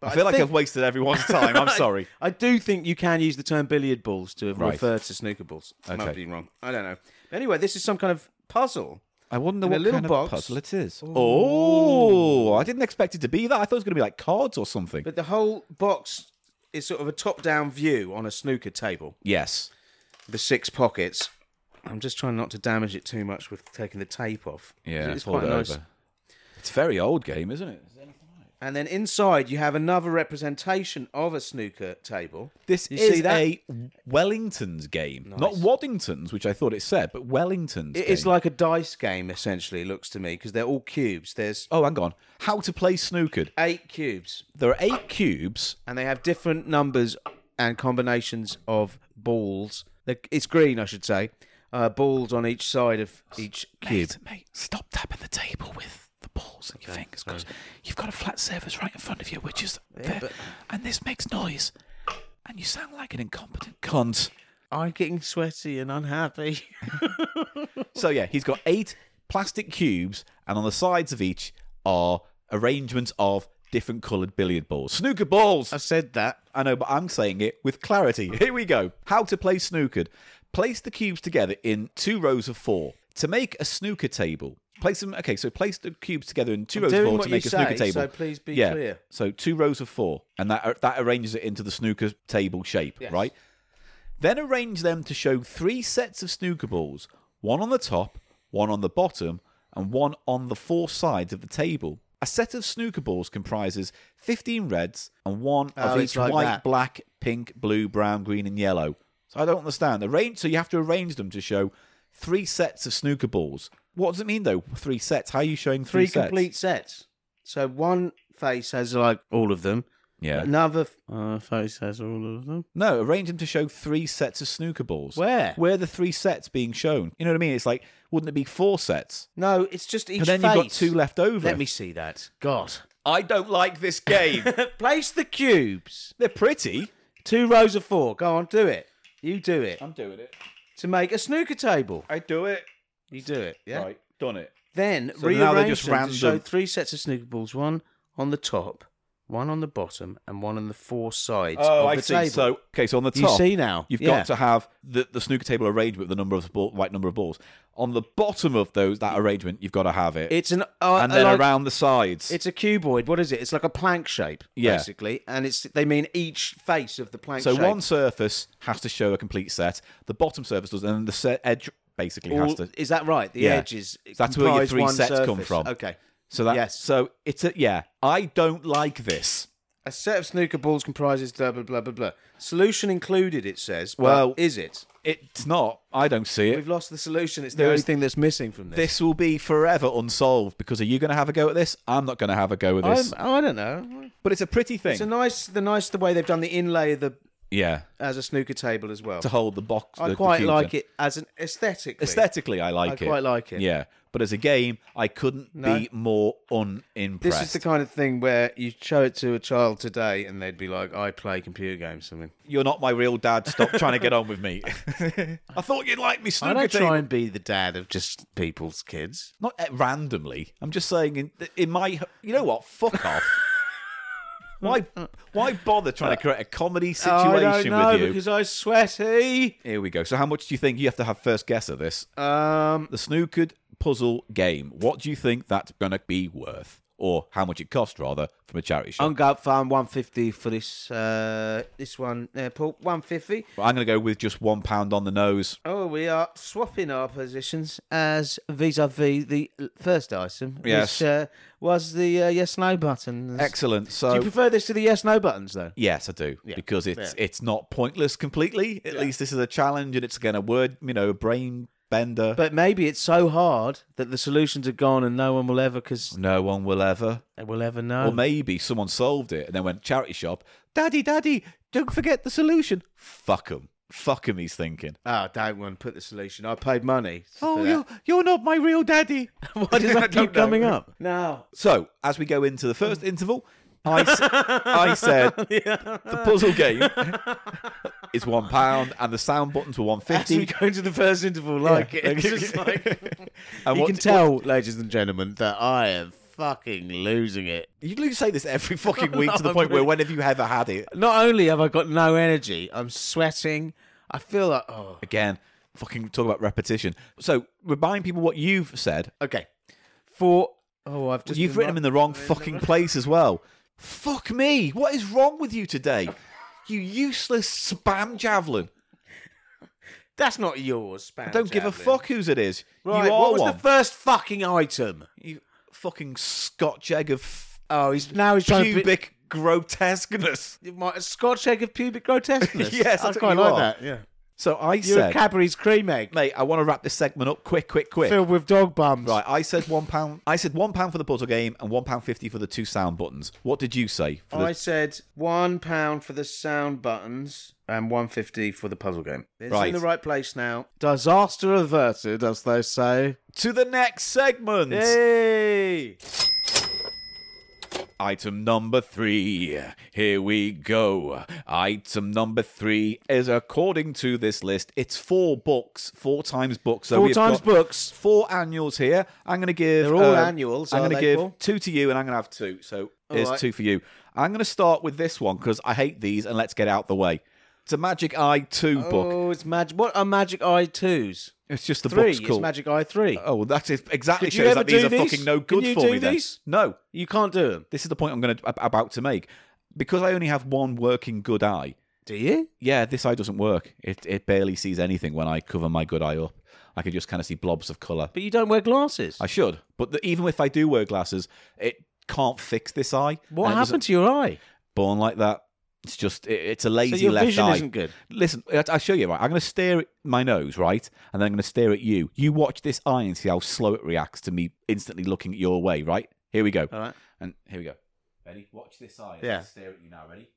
I feel like think- I've wasted everyone's time. I'm sorry. I do think you can use the term billiard balls to Right. refer to snooker balls. I Okay. Might be wrong. I don't know. But anyway, this is some kind of puzzle. I wonder In a what little kind box. of puzzle it is. Oh, I didn't expect it to be that. I thought it was going to be like cards or something. But the whole box is sort of a top-down view on a snooker table. yes. The six pockets. I'm just trying not to damage it too much with taking the tape off. Yeah, it's fold quite it nice. over. It's a very old game, isn't it? And then inside you have another representation of a snooker table. This You is see that? a Wellington's game, not Waddington's, which I thought it said, but Wellington's. It is game. like a dice game, essentially. it Looks to me because they're all cubes. There's oh, hang on, how to play snooker. eight cubes, There are eight cubes. and they have different numbers and combinations of balls. They're- It's green, I should say. Uh, balls on each side of each cube. Mate, mate, stop tapping the table with the balls and your fingers because you've got a flat surface right in front of you, which is there, and this makes noise, and you sound like an incompetent cunt. I'm getting sweaty and unhappy. So yeah, he's got eight plastic cubes, and on the sides of each are arrangements of different coloured billiard balls, snooker balls. I said that. I know, but I'm saying it with clarity. Here we go. How to play snookered. Place the cubes together in two rows of four. To make a snooker table, place them. Okay, so place the cubes together in 2 rows doing of four what to you make a say, snooker table. so please be yeah. clear. So two rows of four, and that that arranges it into the snooker table shape, Yes. right? Then arrange them to show three sets of snooker balls: one on the top, one on the bottom, and one on the four sides of the table. A set of snooker balls comprises 15 reds and one Oh, of it's each like white, that. black, pink, blue, brown, green, and yellow. So I don't understand. Arrange so you have to arrange them to show three sets of snooker balls. What does it mean though? Three sets? How are you showing three, Three sets? complete sets. So one face has like all of them. Yeah. Another f- uh, face has all of them. No, arrange them to show three sets of snooker balls. Where? Where are the three sets being shown? You know what I mean? It's like, wouldn't it be four sets? No, it's just each But then face. you've got two left over. Let me see that. God. I don't like this game. Place the cubes. They're pretty. Two rows of four. Go on, do it. You do it. I'm doing it. To make a snooker table. I do it. You do it, yeah? Right, done it. Then So rearrange now they're just them to show random. three sets of snooker balls, one on the top, one on the bottom, and one on the four sides Oh, of I the see. table. So, okay, so on the You top, see now? you've Yeah. got to have the, the snooker table arranged with the number of ball, right number of balls. On the bottom of those, that arrangement, you've got to have it, it's an uh, and then like- around the sides. It's a cuboid. What is it? It's like a plank shape, Yeah. basically, and it's they mean each face of the plank So shape. one surface has to show a complete set. The bottom surface does, and then the set edge basically All- has to. Is that right? The Yeah. edges. So that's where your comprise three one sets come surface. from. Okay. So that Yes. So it's a yeah. I don't like this. A set of snooker balls comprises blah blah blah blah blah. Solution included, it says. but Well- is it? It's not. I don't see it. We've lost the solution. It's the There only is- thing that's missing from this. This will be forever unsolved because are you going to have a go at this? I'm not going to have a go at this. I'm, I don't know. but it's a pretty thing. It's a nice, the nice the way they've done the inlay of the yeah. as a snooker table as well. To hold the box. I the- the quite cubes like in. it as an aesthetic. Aesthetically, I like I it. quite like it. Yeah. But as a game, I couldn't No. be more This unimpressed. is the kind of thing where you show it to a child today, and they'd be like, "I play computer games." I mean, You're not my real dad. Stop trying to get on with me. I thought you'd like me I snooker don't table. try and be the dad of just people's kids. Not uh, randomly. I'm just saying in, in my you know what? Fuck off. why why bother trying Uh, to create a comedy situation with you? because eh? I'm sweaty. Here we go. So how much do you think you have to have first guess at this? Um, The snookered puzzle game. What do you think that's gonna be worth? or how much it cost rather from a charity shop. I'm going to find 150 for this uh, this one there, Paul. 150. But I'm going to go with just one pound on the nose. Oh, we are swapping our positions as vis-a-vis the first item, Yes. which uh, was the uh, yes/no button. Excellent. So Do you prefer this to the yes/no buttons, though? Yes, I do because it's yeah. it's not pointless completely. At least this is a challenge, and it's again a word, you know, a brain bender. But maybe it's so hard that the solutions are gone and no one will ever, because no one will ever. they will ever know. Or maybe someone solved it and then went charity shop. Daddy, daddy, don't forget the solution. Fuck him. Fuck him. He's thinking. oh, I don't want to put the solution. I paid money. Oh, for that. you're you're not my real daddy. Why does that keep coming up? No. So as we go into the first Hmm. interval, I, s- I said the puzzle game is one pound and the sound buttons were one As we fifty. go into the first interval, like it. It's just like. And you what- can tell, ladies and gentlemen, that I am fucking losing it. You literally say this every fucking week to the point where when have you ever had it? Not only have I got no energy, I'm sweating. I feel like, oh. Again, fucking talk about repetition. So remind people what you've said. Okay. For. Oh, I've just. you've written been wrong- them in the wrong fucking place as well. Fuck me. What is wrong with you today? You useless spam javelin. That's not yours, Spam. Don't give a fuck whose it is. Right, you are what was one. the first fucking item? you fucking scotch egg of f- Oh, he's now he's trying to. pubic grotesqueness. be- My, a Scotch egg of pubic grotesqueness. Yes, I that's what quite you like are. that. Yeah, So I you're a said, Cadbury's cream egg mate, I want to wrap this segment up quick, quick, quick. filled with dog bums. Right, I said one pound. I said one pound for the puzzle game and one pound fifty for the two sound buttons. What did you say? For the, I said one pound for the sound buttons and one fifty for the puzzle game. It's Right. in the right place now. Disaster averted, as they say. to the next segment. Hey! Item number three. Here we go. Item number three is according to this list. It's four books, four times books. So Four we've times got books. Four annuals here. I'm going to give. um, They're all annuals, I'm are going to they, give Paul? two to you, and I'm going to have two. So here's right. two for you. I'm going to start with this one because I hate these, and let's get out the way. It's a Magic Eye Two book. Oh, it's magic. What are Magic Eye twos? It's just the Three. book's It's called. Magic Eye three. Oh, well, that is exactly Could you shows ever that these do are these? fucking no Can good you for do me. Then these? no, You can't do them. this is the point I'm going to about to make because I only have one working good eye. Do you? Yeah, this eye doesn't work. It it barely sees anything when I cover my good eye up. I can just kind of see blobs of color. But you don't wear glasses. I should, but the, even if I do wear glasses, it can't fix this eye. what and it happened wasn't to your eye? Born like that. It's just it, it's a lazy So your left vision eye. isn't good. Listen, I- I'll show you. Right, I'm going to stare at my nose, right, and then I'm going to stare at you. You watch this eye and see how slow it reacts to me instantly looking at your way. Right, here we go. All right. And here we go. Ready? Watch this eye. Yeah. Stare at you now. Ready?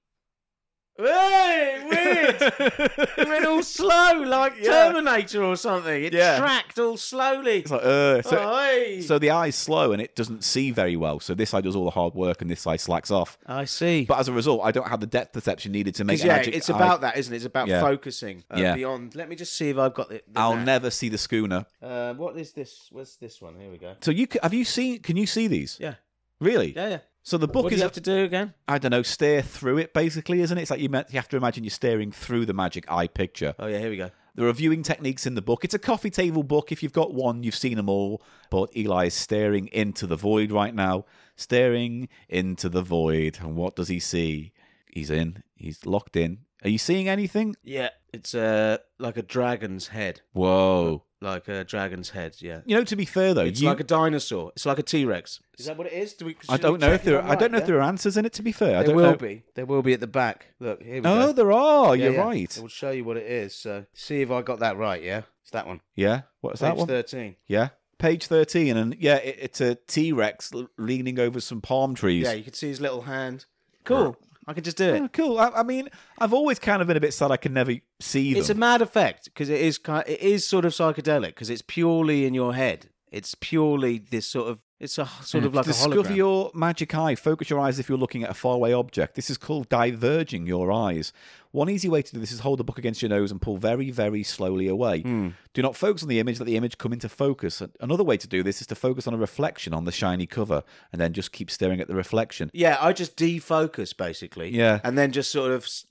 Hey, It went all slow, like Yeah. Terminator or something. It Yeah. tracked all slowly. It's like, uh, so, Oi. so the eye's slow and it doesn't see very well. So this eye does all the hard work and this eye slacks off. I see. But as a result, I don't have the depth perception needed to make 'Cause, an yeah, magic it's eye. about that, isn't it? It's about Yeah. focusing uh, Yeah. beyond. Let me just see if I've got it. I'll never see the schooner. Uh, what is this? Where's this one? Here we go. So you c- have you seen? Can you see these? Yeah, Really? yeah, yeah. So the book What do is you have to do again? I don't know, stare through it basically, isn't it? It's like you, meant, you have to imagine you're staring through the magic eye picture. Oh yeah, here we go. There are viewing techniques in the book. It's a coffee table book. If you've got one, you've seen them all. But Eli is staring into the void right now, staring into the void. And what does he see? He's in. He's locked in. Are you seeing anything? Yeah, it's uh, like a dragon's head, Whoa. like a dragon's head. Yeah, You know, to be fair though, it's you, like a dinosaur. It's like a T Rex. Is that what it is? Do we, I don't know if there. Are, I don't know if there are answers in it. To be fair, I There don't will know. be. There will be at the back. Look here. We Oh, go. there are. Yeah, You're yeah. right. It will show you what it is. So see if I got that right. Yeah, it's that one. Yeah. What's that Page one? thirteen. Yeah. Page 13. And yeah, it, it's a T Rex leaning over some palm trees. Yeah, you can see his little hand. Cool. I can just do it. Oh, cool. I, I mean, I've always kind of been a bit sad I can never see them. It's a mad effect because it is kind. It is sort of psychedelic because it's purely in your head. It's purely this sort of. It's a h- sort of like Discover a hologram. your magic eye. Focus your eyes if you're looking at a faraway object. This is called diverging your eyes. One easy way to do this is hold the book against your nose and pull very, very slowly away. Hmm. Do not focus on the image, let the image come into focus. Another way to do this is to focus on a reflection on the shiny cover and then just keep staring at the reflection. yeah, I just defocus basically. Yeah. and then just sort of, s-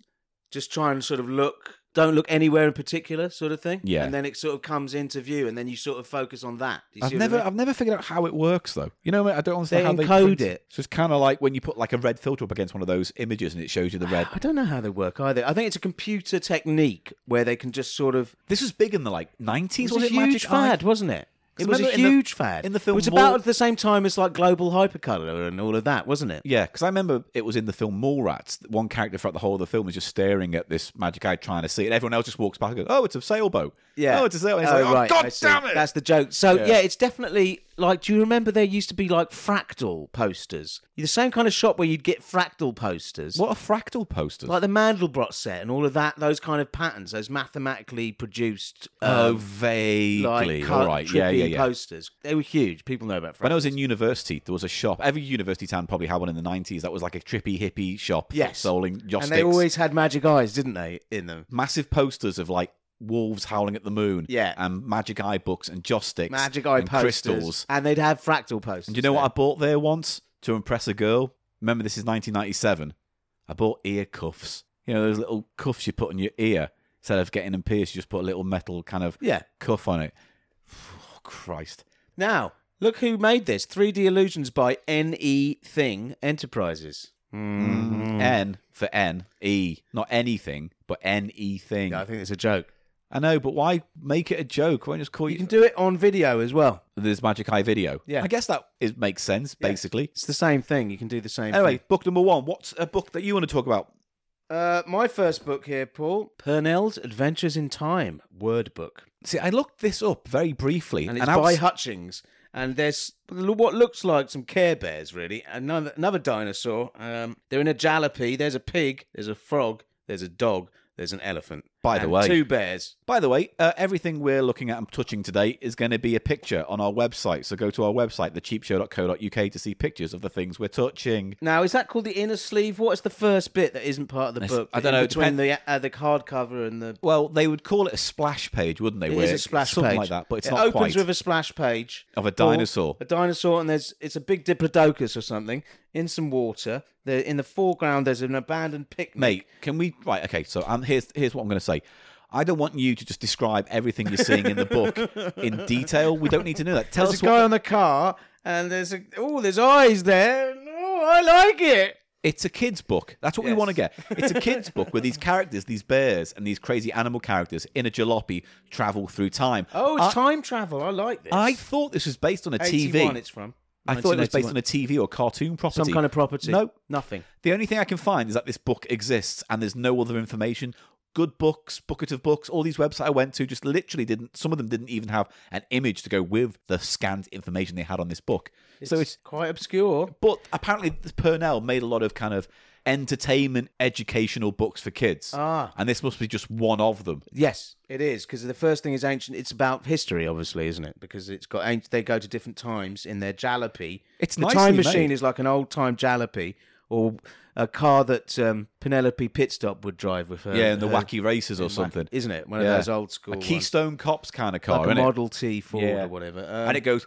just try and sort of look don't look anywhere in particular, sort of thing. Yeah. And then it sort of comes into view, and then you sort of focus on that. Do you I've see what I never, mean? I've never figured out how it works though. You know, I don't understand They how they encode print- it. So it's kind of like when you put like a red filter up against one of those images and it shows you the red. I don't know how they work either. I think it's a computer technique where they can just sort of. This was big in the like nineties. It Was was a it huge Magic Eye? fad, wasn't it? It was a remember in the- huge fad. in the film it was Wall- about at the same time as like global hypercolor and all of that, wasn't it? Yeah, because I remember it was in the film Mallrats. that One character throughout the whole of the film is just staring at this magic eye trying to see it. And everyone else just walks back and goes, "Oh, it's a sailboat. Yeah. Oh, it's a sailboat." And Oh, it's like, right, "Oh, I God see. damn it!" That's the joke. So Yeah. yeah. it's definitely like. Do you remember there used to be like fractal posters? The same kind of shop where you'd get fractal posters. what a fractal poster. Like the Mandelbrot set and all of that, those kind of patterns, those mathematically produced, oh, um, vaguely. like All cut, right. Yeah, yeah, trippy yeah. posters. They were huge. People know about. When I was fractals. in university, there was a shop. Every university town probably had one in the nineties. That was like a trippy hippie shop. for Yes. selling joss and they sticks. always had magic eyes, didn't they? In them, massive posters of like wolves howling at the moon. Yeah. And magic eye books and joss sticks. magic eye and posters, crystals. and they'd have fractal posters. And do you know what I there. bought there once to impress a girl? Remember, this is 1997. I bought ear cuffs. You know, those little cuffs you put on your ear. Instead of getting them pierced, you just put a little metal kind of Yeah. cuff on it. Oh, Christ. Now look who made this 3D Illusions by Ne Thing Enterprises. Hmm. Mm. N for N, E. Not anything, but N E thing. Yeah, I think it's a joke. I know, but why make it a joke? Why not just call You you can do it on video as well. this Magic Eye video? Yeah. I guess that is, makes sense, Yeah. basically. It's the same thing. You can do the same. thing. Anyway, book number one. What's a book that you want to talk about? Uh, my first book here, Paul. Purnell's Adventures in Time, word book. See, I looked this up very briefly, And it's I by was- Hutchings. And there's what looks like some Care Bears, really. Another, another dinosaur. Um, they're in a jalopy. There's a pig. There's a frog. There's a dog. There's an elephant. By the And way- Two bears. By the way, uh, everything we're looking at and touching today is going to be a picture on our website. So go to our website, thecheapshow.co.uk, to see pictures of the things we're touching. Now, is that called the inner sleeve? What is the first bit that isn't part of the It's- book? I don't In know, it Between the, uh, the hardcover and the. Well, they would call it a splash page, wouldn't they? It where is a it's splash something page. like that, but it's it not opens quite. with a splash page Of a or dinosaur. A dinosaur, and there's it's a big diplodocus or something in some water. There in the foreground, there's an abandoned picnic. Mate, can we? Right, okay. So um, here's here's what I'm going to say. I don't want you to just describe everything you're seeing in the book in detail. We don't need to know that. Tell there's us a what guy on the car, and there's a oh, there's eyes there. and, Oh, I like it. It's a kid's book. That's what we Yes. want to get. It's a kid's book where these characters, these bears and these crazy animal characters in a jalopy travel through time. Oh, it's I, time travel. I like this. I thought this was based on a 81 TV. It's from. I thought it was based on a 1981. TV or cartoon property. some kind of property. No. nothing. The only thing I can find is that this book exists and there's no other information. Good books, bucket of books, all these websites I went to just literally didn't, some of them didn't even have an image to go with the scanned information they had on this book. so it's quite obscure. But apparently, Purnell made a lot of kind of entertainment, educational books for kids. Ah. And this must be just one of them. Yes, it is because the first thing is ancient. It's about history, obviously, isn't it? Because it's got an- they go to different times in their jalopy. It's the nicely time machine made. is like an old time jalopy or a car that um, Penelope Pitstop would drive with her. yeah, and the her- wacky races or uh, wacky- something. isn't it? One of Yeah. those old school A ones. Keystone Cops kind of car, like a isn't Model T Ford Yeah. or whatever. it? Um, And it goes.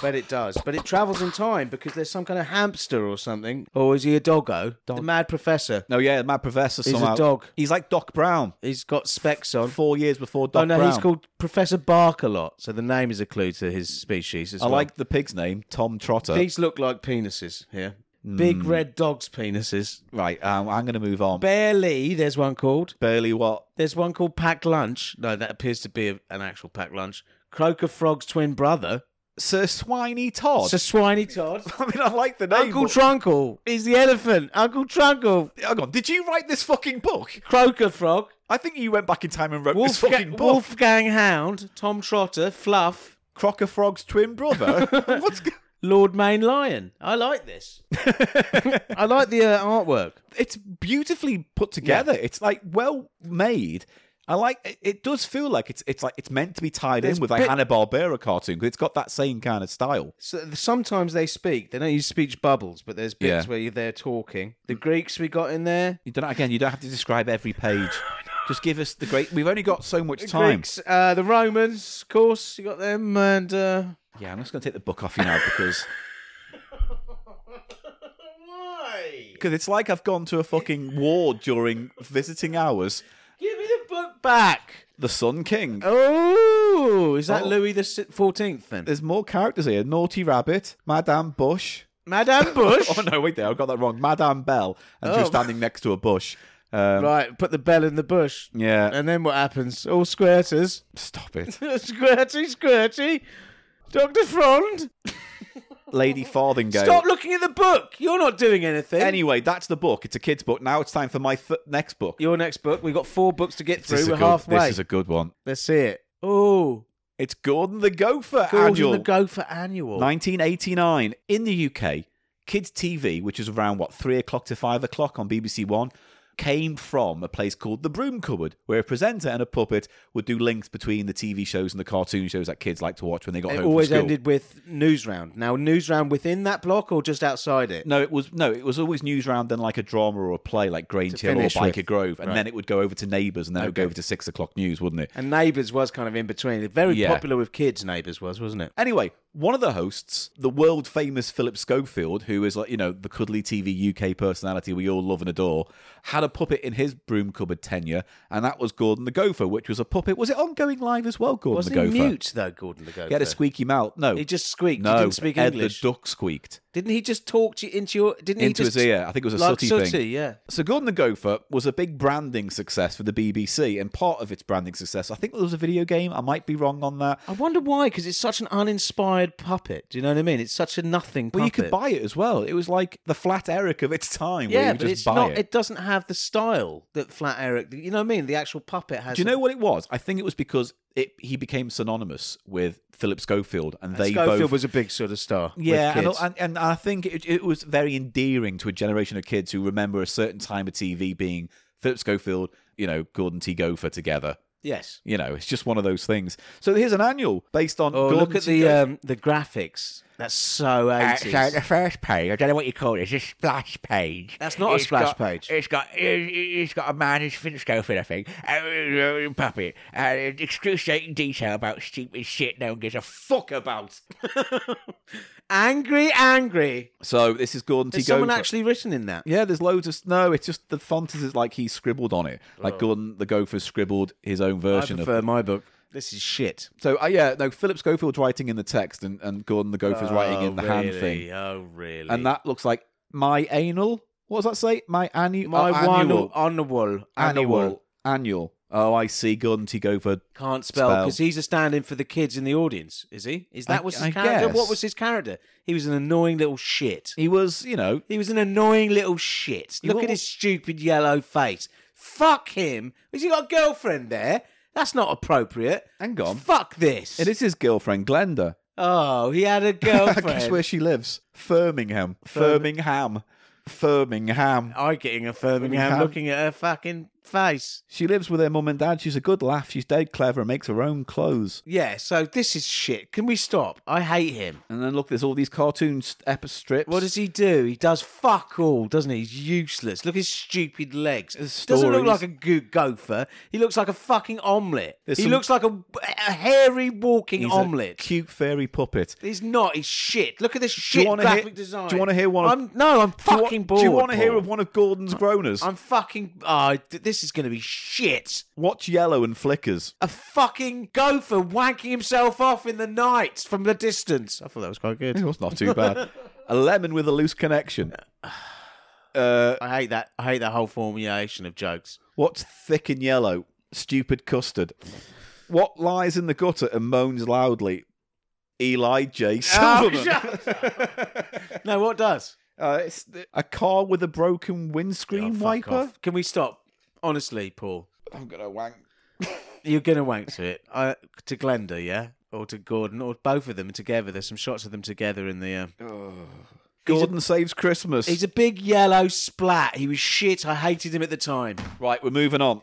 but it does. But it travels in time because there's some kind of hamster or something. Or is he a doggo? The Mad Professor. No, yeah, Mad Professor a somehow. dog. He's like Doc Brown. He's got specs on. Four years before Doc Oh no, Brown. he's called Professor Barkalot, so the name is a clue to his species as I well. like the pig's name, Tom Trotter. These look like penises here. Big red dogs' penises. Right, um, I'm going to move on. Barely, there's one called. Barely what? There's one called Packed Lunch. No, that appears to be a, an actual Packed Lunch. Croaker Frog's twin brother. Sir Swiney Todd. Sir Swiney Todd. I mean, I like the name. Uncle but- Trunkle. He's the elephant. Uncle Trunkle. Hang on, did you write this fucking book? Croaker Frog. I think you went back in time and wrote this Wolfga- fucking book. Wolfgang Hound. Tom Trotter. Fluff. Crocker Frog's twin brother. What's go- Lord Main Lion. I like this. I like the uh, artwork. it's beautifully put together. It's like well made. I like it, it. Does feel like it's it's like it's meant to be tied There's in with a bit- Hanna Barbera cartoon because it's got that same kind of style. So th- sometimes they speak. They don't use speech bubbles, but there's bits Yeah. where you're there talking. The Greeks we got in there. You don't again. You don't have to describe every page. Just give us the great. We've only got so much time. Greeks, uh, the Romans, of course, you got them, and uh... Yeah, I'm just going to take the book off you now because why? because it's like I've gone to a fucking war during visiting hours. Give book back. The Sun King. Oh, is that Oh. Louis the Fourteenth then? There's more characters here. Naughty Rabbit, Madame Bush. Madame Bush. Oh no, wait there, I got that wrong. Madame Bell, and she was Oh. standing next to a bush. Um, Right, Uh, put the bell in the bush. Yeah, And then what happens? All squirters. stop it. squirty, squirty. Dr. Frond, Lady Farthingale. stop looking at the book. You're not doing anything. Anyway, that's the book. It's a kid's book. Now it's time for my th- next book. Your next book. We've got four books to get This through. is, a We're good, halfway. this is a good one. Let's see it. Oh, It's Gordon the Gopher Gordon Annual. the Gopher Annual. 1989 in the UK, kids' TV, which is around what three o'clock to five o'clock on BBC One, came from a place called the Broom Cupboard, where a presenter and a puppet would do links between the TV shows and the cartoon shows that kids like to watch when they got It home. always from school. ended with news round. Now, news round within that block or just outside it? No, it was no, it was always news round, then like a drama or a play, like Grange To Hill or finish Biker with. Grove, and Right. then it would go over to Neighbours, and then it would go Okay. over to six o'clock news, wouldn't it? And Neighbours was kind of in between. Very Yeah. popular with kids, Neighbours was, wasn't it? Anyway, one of the hosts, the world famous Philip Schofield, who is like, you know, the cuddly TV UK personality we all love and adore, had a puppet in his broom cupboard tenure, and that was Gordon the Gopher, which was a puppet. Was it on Going Live as well, Gordon Wasn't the he Gopher? mute, though, Gordon the Gopher? He had a squeaky mouth. No. He just squeaked. no, he didn't speak Ed English. the Duck squeaked Didn't he just talk to you into your? Didn't into he just his ear. I think it was a like sooty, sooty, thing. yeah. So Gordon the Gopher was a big branding success for the BBC, and part of its branding success, I think there was a video game. I might be wrong on that. I wonder why, because it's such an uninspired puppet. Do you know what I mean? It's such a nothing puppet. But you could buy it as well. It was like the flat Eric of its time. where yeah, you but just it's buy not. it. It. doesn't have the style that Flat Eric. You know what I mean? The actual puppet has. Do you a- know what it was? I think it was because it he became synonymous with Philip Schofield, and, they Schofield both. was a big sort of star. with yeah, and, kids. and, and I think it, it was very endearing to a generation of kids who remember a certain time of TV being Philip Schofield, you know, Gordon T. Gopher together. yes. You know, it's just one of those things. So here's an annual based on. Oh, Gordon look at T. the Gopher. um, the graphics. That's so Uh, eighties. so the first page, I don't know what you call this, a splash page. That's not a splash got- page. It's got it- it- it's got a man who's Finn Schofield, I think, and a puppet, and excruciating detail about stupid shit no one gives a fuck about. angry, angry. So this uh, is Gordon T. Has Gopher. someone actually written in that? Yeah, there's loads of no. It's just the font is like he scribbled on it, like Gordon the Gopher scribbled his own Oh. I version of prefer my book. This is shit. So uh, yeah, no, Philip Schofield's writing in the text, and, and Gordon the Gopher's writing in the hand thing, Oh, really? and that looks like my anal. What does that say? My, annu- My uh, one annual, on the wall. annual, annual. Oh, I see. Gordon T. Gopher. Can't spell Spell. because he's a stand-in for the kids in the audience. Is he? Is that I- was his I character? guess. What was his character? He was an annoying little shit. He was, you know, He was an annoying little shit. Look at wa- his stupid yellow face. Fuck him. Has he got a girlfriend there? That's not appropriate. Hang on. Fuck this. it is his girlfriend Glenda. Oh, he had a I guess where girlfriend. she lives, Firmingham, Firmingham, Firmingham. I'm getting a Firmingham Firmingham. looking at her fucking face. She lives with her mum and dad. She's a good laugh. She's dead clever and makes her own clothes. Yeah, so this is shit. Can we stop? I hate him. And then look, there's all these cartoon ep- strips. What does he do? He does fuck all, doesn't he? He's useless. Look at his stupid legs. Doesn't look stories. like a good gopher. He looks like a fucking omelette. There's he some- looks like a, a hairy walking He's a omelette. cute fairy puppet. He's not. He's shit. Look at this Do shit you want to graphic hear? design. Do you want to hear one? Of, I'm, no, I'm do you wa- fucking do bored. you want to hear Paul. of one of Gordon's groaners? I'm fucking. Oh, th- this is going to be shit. Watch Yellow and Flickers. A fucking gopher wanking himself off in the night from the distance. I thought that was quite It good. was not too bad. a lemon with a loose connection. Uh, I hate that. I hate that whole formulation of jokes. what's thick and yellow? Stupid custard. What lies in the gutter and moans loudly? Eli J. Silverman. No, what does? Uh, it's the- a car with a broken Oh, windscreen fuck wiper. off. Can we stop? Honestly, Paul, I'm gonna wank. you're gonna wank to it. I, to Glenda, yeah, or to Gordon, or both of them together. There's some shots of them together in the. Uh, Gordon saves Christmas. He's a big yellow splat. He was shit. I hated him at the time. Right, we're moving on.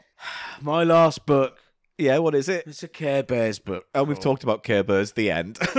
My last book. Yeah, what is it? It's a Care Bears book. And Oh, we've talked about Care Bears. The end.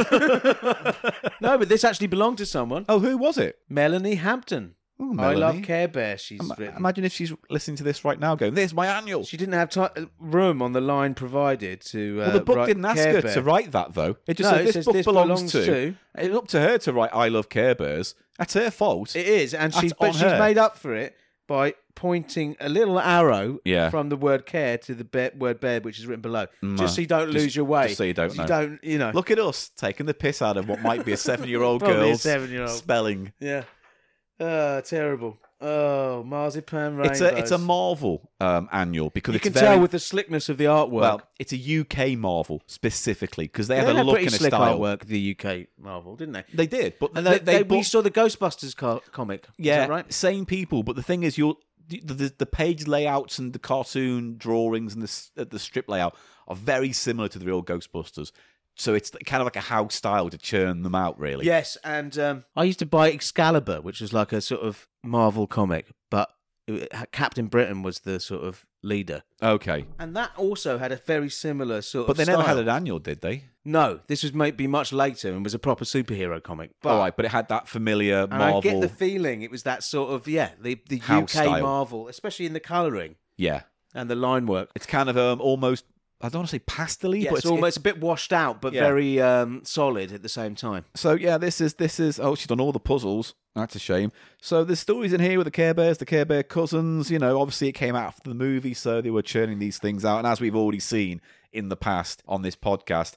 No, but this actually belonged to someone. oh, who was it? Melanie Hampton. Ooh, I love Melanie. Care Bears. She's Ima- written. Imagine if she's listening to this right now, going, "There's my annual." she didn't have ti room on the line provided to. Uh, well, the book write didn't ask Care her Bear. to write that, though. It just No, said it this says book this belongs, belongs to. to- It's up to her to write "I love Care Bears." That's her fault. It is, and That's she's but on she's her. made up for it by pointing a little arrow Yeah. from the word care to the be- word bed, which is written below, Mm. just so you don't Just- lose your way. just so you don't know. You don't, you know. Look at us taking the piss out of what might be a seven-year-old uh, Probably a girl's seven-year-old. spelling. Yeah. Oh, terrible. Oh, marzipan It's rainbows. a it's a Marvel um, annual because You it's can very, tell with the slickness of the artwork. well, it's a UK Marvel specifically because they they have a had look pretty and a slick style. artwork. The UK Marvel, didn't they? They did, but And they, they, they they- we bought- saw the Ghostbusters co- comic. Is yeah that right. same people. But the thing is, you'll the, the, the page layouts and the cartoon drawings and the s- uh, the strip layout are very similar to the real Ghostbusters. So it's kind of like a house style to churn them out, really. Yes, and um, I used to buy Excalibur, which was like a sort of Marvel comic, but it, Captain Britain was the sort of leader, Okay. and that also had a very similar sort But of. they never had style. an annual, did they? No, this was maybe much later and was a proper superhero comic. But All right, but it had that familiar and Marvel. I get the feeling it was that sort of yeah, the the UK House style. Marvel, especially in the colouring yeah, and the line work. it's kind of um, almost. I don't want to say pastely, Yeah, but it's almost a bit washed out, but Yeah. very um, solid at the same time. So yeah, this is this is oh she's done all the puzzles. That's a shame. So there's stories in here with the Care Bears, the Care Bear cousins. You know, obviously it came out after the movie, so they were churning these things out. And as we've already seen in the past on this podcast,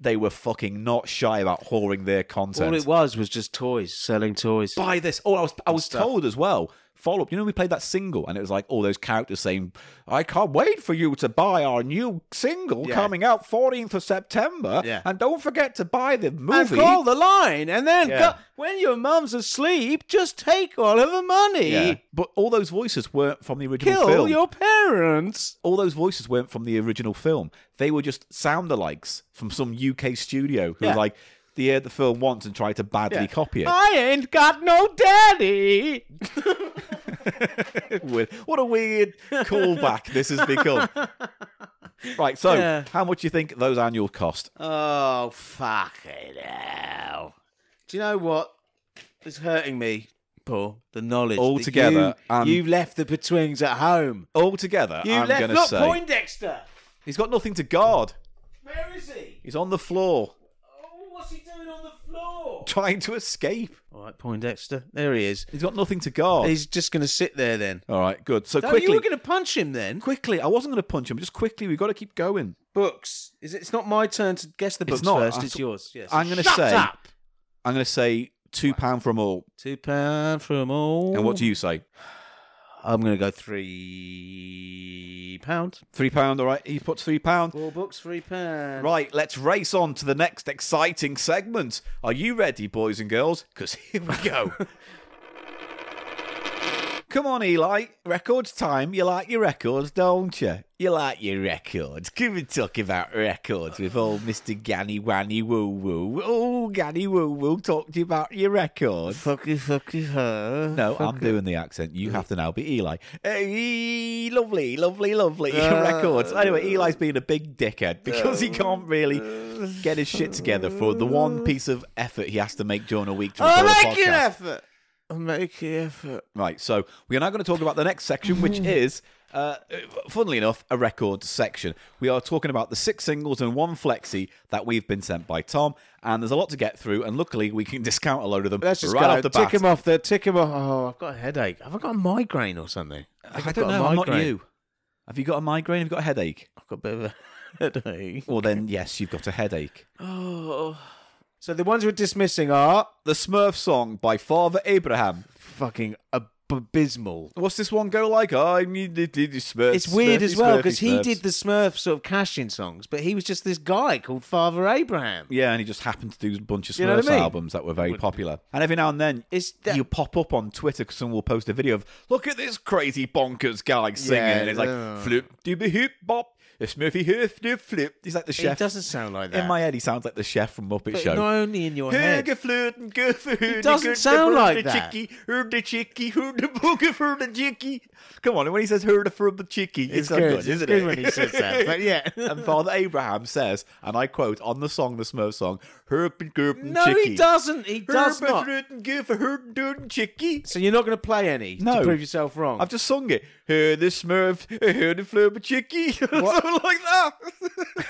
they were fucking not shy about whoring their content. All it was was just toys, selling toys. Buy this. Oh, I was I was Stuff. told as well. Follow up. You know, we played that single, and it was like all those characters saying, "I can't wait for you to buy our new single Yeah. coming out 14th of September, Yeah. and don't forget to buy the and movie." call the line, and then Yeah. go, when your mum's asleep, just take all of her money. Yeah. But all those voices weren't from the original Kill film. your parents. All those voices weren't from the original film. They were just sound alikes from some UK studio who Yeah. like they aired the film once and tried to badly Yeah. copy it. I ain't got no daddy. Weird- what a weird callback this has become. right, so Yeah. how much do you think those annual cost? Oh, fucking hell. Do you know what is hurting me, Paul? The knowledge. that Altogether, you, um, you left the betwings at home. Altogether, You I'm left gonna look, say Poindexter. he's got nothing to guard. Where is he? He's on the floor Oh, what's he doing on the floor? trying to escape. All right, Poindexter. There he is. He's got nothing to guard. He's just going to sit there then. All right, good. So No, quickly, you were going to punch him then. quickly. I wasn't going to punch him. Just quickly, we've got to keep going. Books. Is it, it's not my turn to guess the books not. first. I It's thought- yours. Yes. I'm gonna Shut say- up. I'm going to say two pound from all. Two pound from all. And what do you say? I'm going to go three pound. Three pound, all right. He puts three pound. Four books, three pound. Right, let's race on to the next exciting segment. Are you ready, boys and girls? Because here we go. Come on, Eli. Records time. You like your records, don't you? You like your records. Come and talk about records with old Mr. Ganny Wanny Woo Woo. Oh, Ganny Woo Woo, talk to you about your records. Fucky, fucky, her. No, I'm doing the accent. Mm. You have to now be Eli. Hey, lovely, lovely, lovely Uh, records. Anyway, Eli's being a big dickhead because he uh, can't really get his shit together for the one piece of effort he has to make during a week to record I a like podcast. your Oh, effort. I make your effort. Right, so we are now going to talk about the next section, Mm. which is, uh, funnily enough, a record section. We are talking about the six singles and one flexi that we've been sent by Tom, and there's a lot to get through, and luckily we can discount a load of them Let's just right go. off the tick bat. him off there. Tick him off. Oh, I've got a headache. Have I got a migraine or something? I, think I've don't got a know, I'm not migraine. you. Have you got a migraine? Have you got a headache? I've got a bit of a headache. Well, then, yes, you've got a headache. Oh. So the ones we're dismissing are The Smurf song by Father Abraham. fucking ab- abysmal. What's this one go like? I need the the- the Smurf. It's weird Smurfy, as well Smurfy, because he Smurfs. did the Smurf sort of cash-in songs, but he was just this guy called Father Abraham. Yeah, and he just happened to do a bunch of Smurfs You know what I mean? albums that were very popular. And every now and then, It's that- you pop up on Twitter because someone will post a video of, look at this crazy bonkers guy singing. Yeah, and it's like, ugh. flip, dooby hoop, bop, a Smurfy hoof, doob, flip. He's like the It chef. doesn't sound like that. In my head, he sounds like the chef from Muppet but Show. not only in your head. It doesn't sound like that. Chicky, herb the chicky, herb the booger for the chicky. Come on, and when he says herb the for the chicky, it's, not good, It's isn't good it? when he says that. But yeah. and Father Abraham says, and I quote on the song, the Smurf song, herb and gerb and no, chicky. he doesn't. He does Herb not. and give herb and dirt and chicky. So you're not going to play any No. to prove yourself wrong. I've just sung it. Her the Smurf, her the flurb chicky, something like that.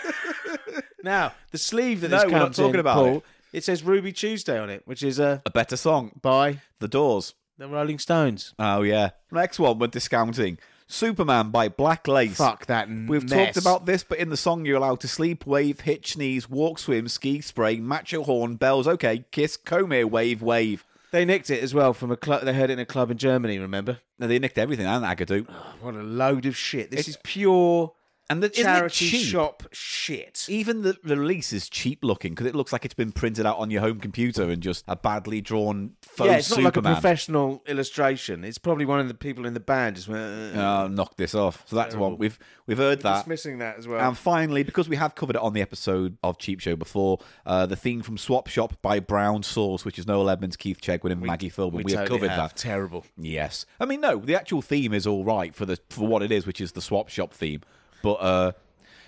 Now the sleeve that No, this we're comes not talking in, about Paul, it. it says Ruby Tuesday on it, which is a A better song, buy. The Doors. The Rolling Stones. Oh yeah. Next one, we're discounting Superman by Black Lace. Fuck that. We've mess. talked about this, but in the song you're allowed to sleep, wave, hitch, sneeze, walk, swim, ski, spray, macho horn, bells. Okay, kiss, comb here, wave, wave. They nicked it as well from a club. They heard it in a club in Germany. Remember? Now they nicked everything, and Agadoo. What a load of shit. This is pure And the, charity isn't it cheap? shop shit. Even the release is cheap looking because it looks like it's been printed out on your home computer and just a badly drawn faux yeah, it's not Superman. like a professional illustration. It's probably one of the people in the band just went. Uh, Oh, knock this off. So that's one we've we've heard that. dismissing that as well. And finally, because we have covered it on the episode of Cheap Show before, uh, the theme from Swap Shop by Brown Source, which is Noel Edmonds, Keith Chegwin, and Maggie Philbin. We, have totally covered have. that. Terrible. Yes, I mean no, the actual theme is all right for the for what it is, which is the Swap Shop theme. But uh,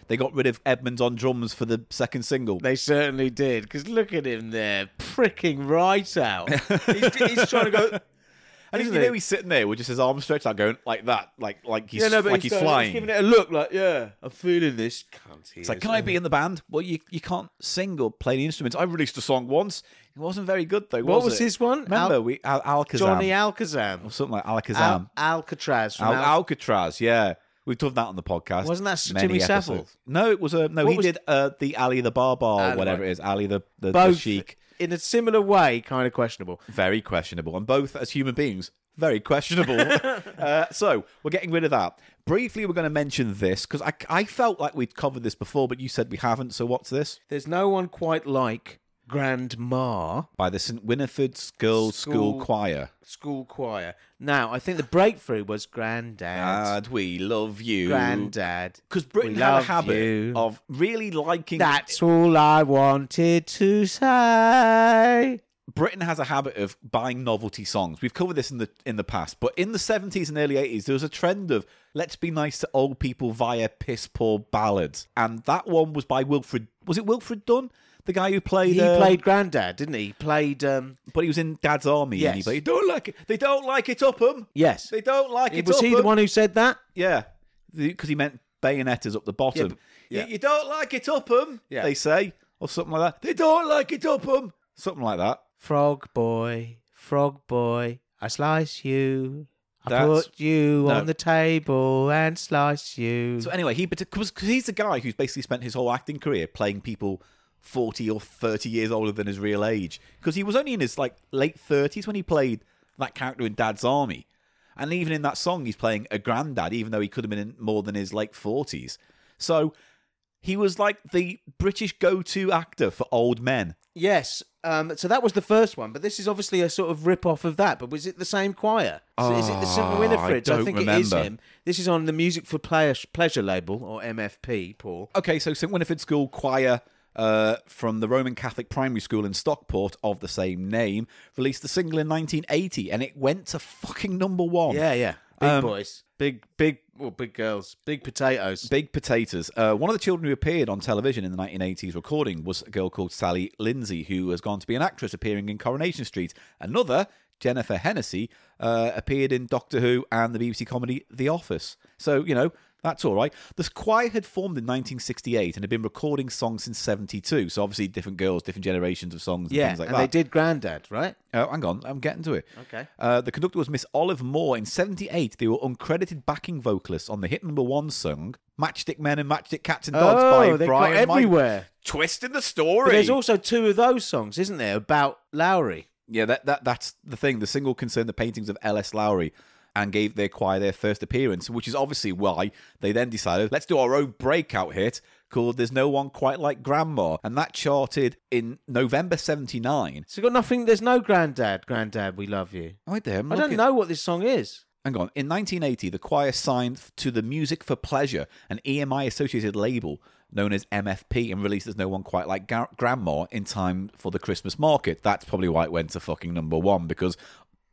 they got rid of Edmonds on drums for the second single. They certainly did. Because look at him there, pricking right out. he's, he's trying to go. and you isn't know it? he's sitting there with just his arms stretched out, going like that, like like he's Yeah, no, but like he's, he's, going- he's flying. giving it a look like, yeah, I'm feeling this. Cunt, he It's like, is. can I be in the band? Well, you, you can't sing or play the instruments. I released a song once. It wasn't very good though. What was, was it? his one? Remember Al- we Al- Alakazam, Johnny Al- Alcazam. something like Alakazam, Al- Alcatraz. From Al- Al- Alcatraz. Yeah, we've done that on the podcast. Wasn't that Sir many Jimmy episodes. Savile? No, it was a no. What he was- did uh, the Ali the Barbar, Ali, or whatever right. it is. Ali the the, the both Sheik. in a similar way, kind of questionable. Very questionable, and both as human beings, very questionable. uh, so we're getting rid of that. Briefly, we're going to mention this because I, I felt like we'd covered this before, but you said we haven't. So what's this? There's no one quite like Grandma by the St Winifred's Girls' School, School- Choir. School Choir. Now, I think the breakthrough was Granddad. And we love you. Granddad. Because Britain we had a love habit you. of really liking. That's all I wanted to say. Britain has a habit of buying novelty songs. We've covered this in the in the past, but in the seventies and early eighties, there was a trend of let's be nice to old people via piss poor ballads, and that one was by Wilfred. Was it Wilfred Dunn, the guy who played? He uh, played Granddad, didn't he? He played, um, but he was in Dad's Army. and he Yes. played, don't like it. They don't like it up 'em. yes. They don't like it. Was up he the 'em." one who said that? Yeah, because he meant bayonetters up the bottom. but- "You- yeah. You, don't like it up 'em, Yeah. they say, or something like that. They don't like it up 'em, something like that. Frog boy, frog boy, I slice you. I That's- put you no. on the table and slice you. So anyway, he because he's the guy who's basically spent his whole acting career playing people forty or thirty years older than his real age. Because he was only in his like late thirties when he played that character in Dad's Army, and even in that song, he's playing a granddad, even though he could have been in more than his late forties. So. He was like the British go-to actor for old men. yes. Um, so that was the first one, but this is obviously a sort of rip-off of that. But was it the same choir? So is it the Simple Oh, I Winifreds? I, don't think it is remember. him. This is on the Music for Player Pleasure label, or MFP, Paul. Okay, so St Winifred School Choir uh, from the Roman Catholic Primary School in Stockport of the same name released the single in 1980, and it went to fucking number one. Yeah, yeah. Big Um, boys. Big, big, well, big girls. Big potatoes. Big potatoes. Uh, one of the children who appeared on television in the 1980s recording was a girl called Sally Lindsay, who has gone to be an actress appearing in Coronation Street. Another, Jennifer Hennessy, uh, appeared in Doctor Who and the BBC comedy The Office. So, you know, that's all right. The choir had formed in 1968 and had been recording songs since 72. So, obviously, different girls, different generations of songs and yeah, things like and that. they did Grandad, right? Oh, hang on, I'm getting to it. Okay. Uh, the conductor was Miss Olive Moore. In '78, they were uncredited backing vocalists on the hit number one song "Matchstick Men" and "Matchstick Cats and Dogs" oh, by they've Brian. got everywhere. Twisting the But story. there's also two of those songs, isn't there, about Lowry? yeah, that, that that's the thing. The single concerned the paintings of L.S. Lowry and gave their choir their first appearance, which is obviously why they then decided let's do our own breakout hit called "There's No One Quite Like Grandma," and that charted in November '79. So you've got nothing. There's no Grandad. Grandad, we love you. Wait there, I'm I don't looking- know what this song is. Hang on. In 1980, the choir signed to the Music for Pleasure, an EMI associated label known as MFP, and released as No One Quite Like Gar- Grandma in time for the Christmas market. That's probably why it went to fucking number one because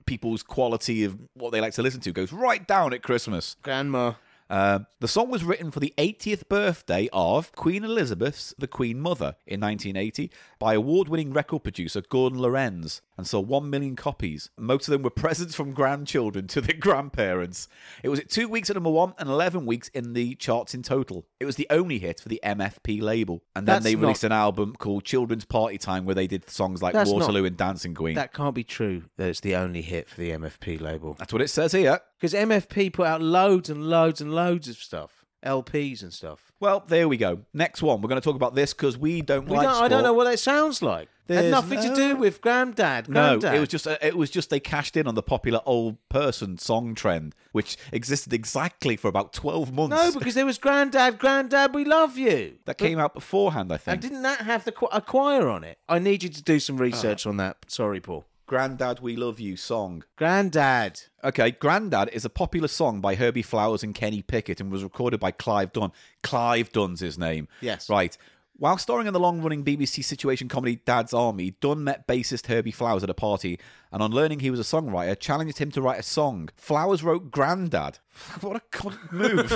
people's quality of what they like to listen to goes right down at Christmas. Grandma. Um, the song was written for the 80th birthday of Queen Elizabeth's The Queen Mother in 1980 by award winning record producer Gordon Lorenz and sold 1 million copies. Most of them were presents from grandchildren to their grandparents. It was at two weeks at number one and 11 weeks in the charts in total. It was the only hit for the MFP label. And then That's they not- released an album called Children's Party Time where they did songs like That's not- Waterloo and Dancing Queen. That can't be true. That it's the only hit for the MFP label That's what it says here. because MFP put out loads and loads and loads of stuff, LPs and stuff. Well, there we go. Next one. We're going to talk about this because we don't We like don't, I don't sport. know what that sounds like. There's had nothing no- to do with granddad. No, granddad. it was just a, it was just they cashed in on the popular old person song trend, which existed exactly for about twelve months. no because there was granddad, granddad, we love you. that came out beforehand, I And think. didn't that have the qu- a choir on it? I need you to do some research Oh. on that. Sorry, Paul. Grandad, we love you song. Granddad. Okay, Grandad is a popular song by Herbie Flowers and Kenny Pickett and was recorded by Clive Dunn. Clive Dunn's his name. Yes. Right. While starring in the long running BBC situation comedy Dad's Army, Dunn met bassist Herbie Flowers at a party and, on learning he was a songwriter, challenged him to write a song. Flowers wrote Grandad. What a cunt move.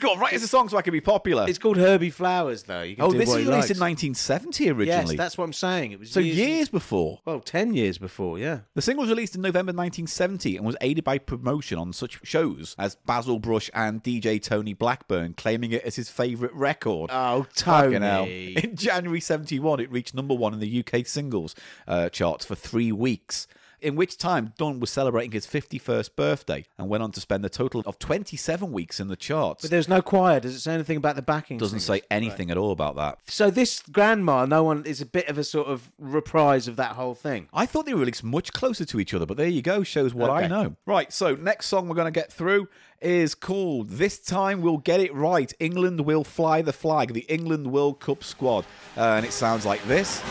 Go on, write us a song so I can be popular. It's called Herbie Flowers, though. You can oh, do this what is he released in likes. 1970 Yes, originally. that's what I'm saying. It was so years, years before. well, ten years before, yeah. The single was released in November 1970 and was aided by promotion on such shows as Basil Brush and DJ Tony Blackburn, claiming it as his favourite record. Oh, Fucking hell. In January 71, it reached number one in the UK singles uh, charts for three weeks. In which time Dunn was celebrating his 51st birthday and went on to spend a total of 27 weeks in the charts. But there's no choir. Does it say anything about the backing? Doesn't singers? say anything at all about that. So this grandma, no one is a bit of a sort of reprise of that whole thing. I thought they were released much closer to each other, but there you go, shows what I Okay. know. Right, so next song we're going to get through is called This Time We'll Get It Right England Will Fly the Flag, the England World Cup squad. Uh, and it sounds like this.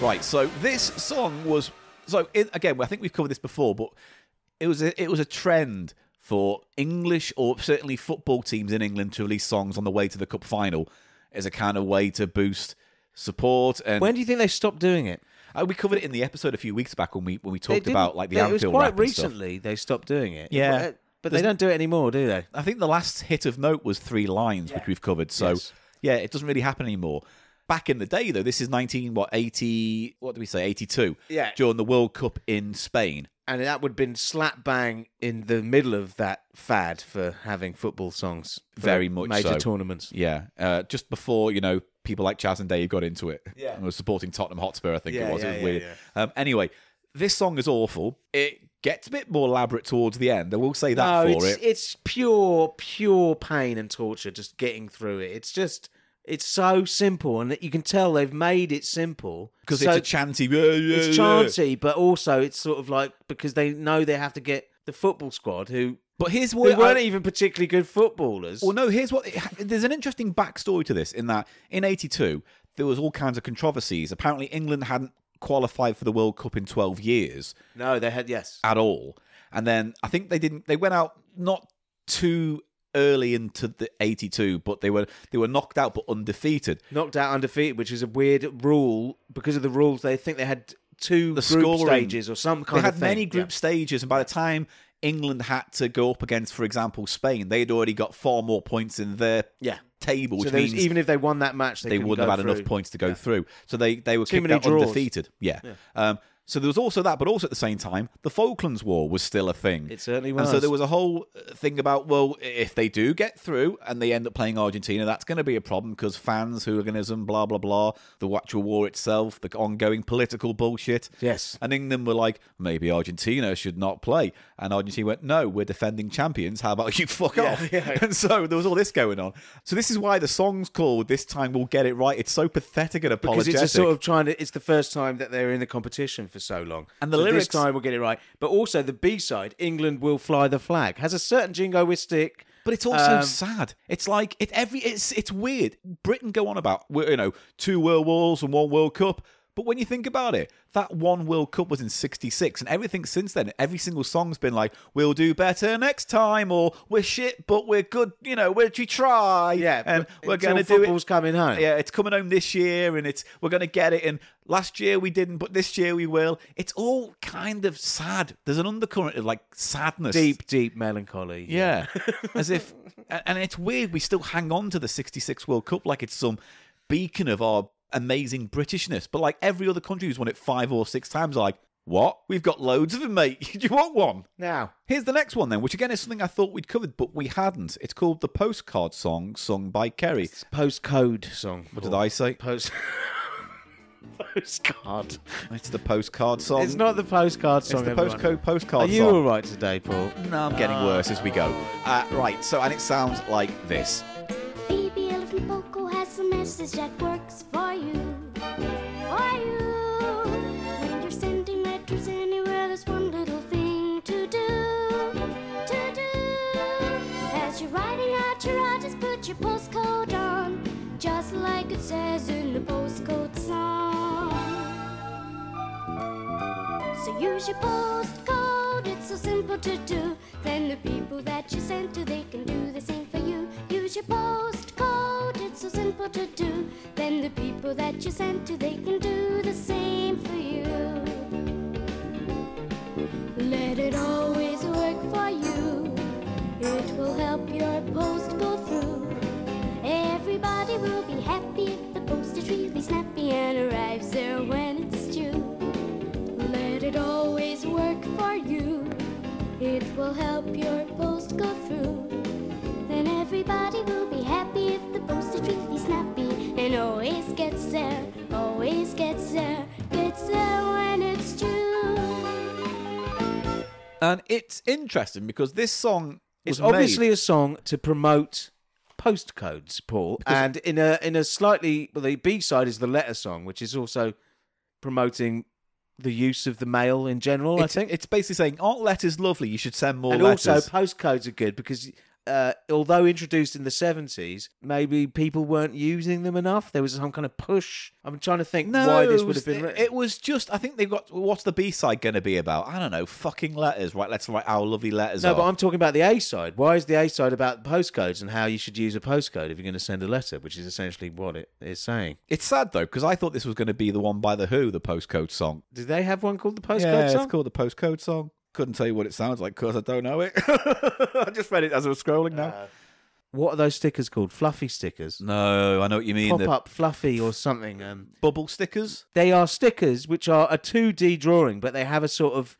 Right, so this song was so in, again. I think we've covered this before, but it was a, it was a trend for English or certainly football teams in England to release songs on the way to the cup final as a kind of way to boost support. And When do you think they stopped doing it? Uh, we covered it in the episode a few weeks back when we when we They talked didn't- about like the they- Anfield It was quite rap and stuff. recently they stopped doing it. Yeah. But, but they don't do it anymore, do they? I think the last hit of note was three lines, which we've covered. So Yes. yeah, it doesn't really happen anymore. Back in the day, though, this is nineteen what eighty? What do we say? Eighty two. Yeah. during the World Cup in Spain. And that would have been slap bang in the middle of that fad for having football songs. for Very much major so. tournaments. Yeah, uh, just before you know people like Chaz and Dave got into it. Yeah, and was supporting Tottenham Hotspur. I think Yeah, it was. yeah, it was yeah, weird. Um, anyway, this song is awful. It gets a bit more elaborate towards the end. I will say that no, for it's it. it's pure pure pain and torture just getting through it. It's just it's so simple, and that you can tell they've made it simple because So it's a chanty. Yeah, yeah, it's yeah. chanty, but also it's sort of like because they know they have to get the football squad who But here's who what weren't even particularly good footballers. Well, no, here's what. There's an interesting backstory to this in that in '82 there was all kinds of controversies. Apparently, England hadn't qualified for the World Cup in 12 years no, they had yes. at all, and then I think they didn't. They went out not too early into the 82 but they were they were knocked out but undefeated knocked out undefeated, which is a weird rule because of the rules. They think they had two The group scoring- stages or some they kind had of thing. many Yeah. group stages and by the time england had to go up against for example spain they had already got far more points in their Yeah. table which So there was- means even if they won that match, they, they couldn't wouldn't go have had through. enough points to go through. So they they were Too kicked many out draws. undefeated. Yeah. Um, So there was also that, but also at the same time, the Falklands War was still a thing. It certainly And so was. there was a whole uh, thing about, well, if they do get through and they end up playing Argentina, that's going to be a problem because fans, hooliganism, blah, blah, blah, the actual war itself, the ongoing political bullshit. Yes. And England were like, maybe Argentina should not play. And Argentina went, no, we're defending champions. How about you fuck off? yeah. And so there was all this going on. So this is why the song's called This Time We'll Get It Right. It's so pathetic and Because apologetic. it's a sort of trying to. It's the first time that they're in the competition for so long, And the So lyrics- this time we'll get it right. But also the B side, England will fly the flag, has a certain jingoistic. But it's also um, sad. It's like it every it's it's weird. Britain go on about well, you know two world wars and one World Cup, but when you think about it, that one World Cup was in '66, and everything since then, every single song's been like "We'll do better next time" or "We're shit, but we're good." You know, we we try, Yeah, and um, but we're until gonna do football's it. coming home. Yeah, it's coming home this year, and it's we're gonna get it. And last year we didn't, but this year we will. It's all kind of sad. There's an undercurrent of like sadness, deep, deep melancholy. yeah. As if, and and it's weird, we still hang on to the 66 World Cup like it's some beacon of our amazing Britishness. But like every other country who's won it five or six times, are like, what? We've got loads of them, mate. Do you want one? Now, Here's the next one, then, which again is something I thought we'd covered, but we hadn't. It's called The Postcard Song, sung by Kerry. it's postcode song. What Did I say? post? postcard. It's the postcard song. It's not the postcard It's song. the everyone. postcode Are postcard you song. all right today, Paul? No, I'm getting worse as we go. Uh, right, so, and it sounds like this. Baby Elephant Poco has a message that works for you. For you. When you're sending letters anywhere, there's one little thing to do. To do. As you're writing out your address, put your postcode on. Just like it says in the postcode song. So use your postcode, it's so simple to do. Then the people that you send to, they can do the same for you. Use your postcode, it's so simple to do. Then the people that you send to, they can do the same for you. Let it always work for you. It will help your post go through. Everybody will be happy if the post is really snappy and arrives there when it's due. Let it always work for you. It will help your post go through. Then everybody will be happy if the post is really snappy and always gets there, always gets there, gets there when it's true. And it's interesting because this song It's is obviously made- a song to promote postcodes, Paul. and in a in a slightly well, the B side is the letter song, which is also promoting the use of the mail in general. I It's, think, it's basically saying, "Aren't letters lovely? You should send more and letters." also postcodes are good because. Uh, although introduced in the 70s, maybe people weren't using them enough. There was some kind of push. I'm trying to think no, why this would have it- been written. It was just. I think they've got. What's the B side going to be about? I don't know. Fucking letters, right? Let's write our lovely letters. no, are. but I'm talking about the A side. Why is the A side about postcodes and how you should use a postcode if you're going to send a letter, which is essentially what it is saying? It's sad though because I thought this was going to be the one by the Who, the postcode song. Do they have one called the postcode yeah, song? it's called the postcode song. Couldn't tell you what it sounds like because I don't know it. I just read it as I was scrolling now. What are those stickers called? Fluffy stickers. no, I know what you mean. Pop The up fluffy or something. Um, bubble stickers. they are stickers which are a 2D drawing, but they have a sort of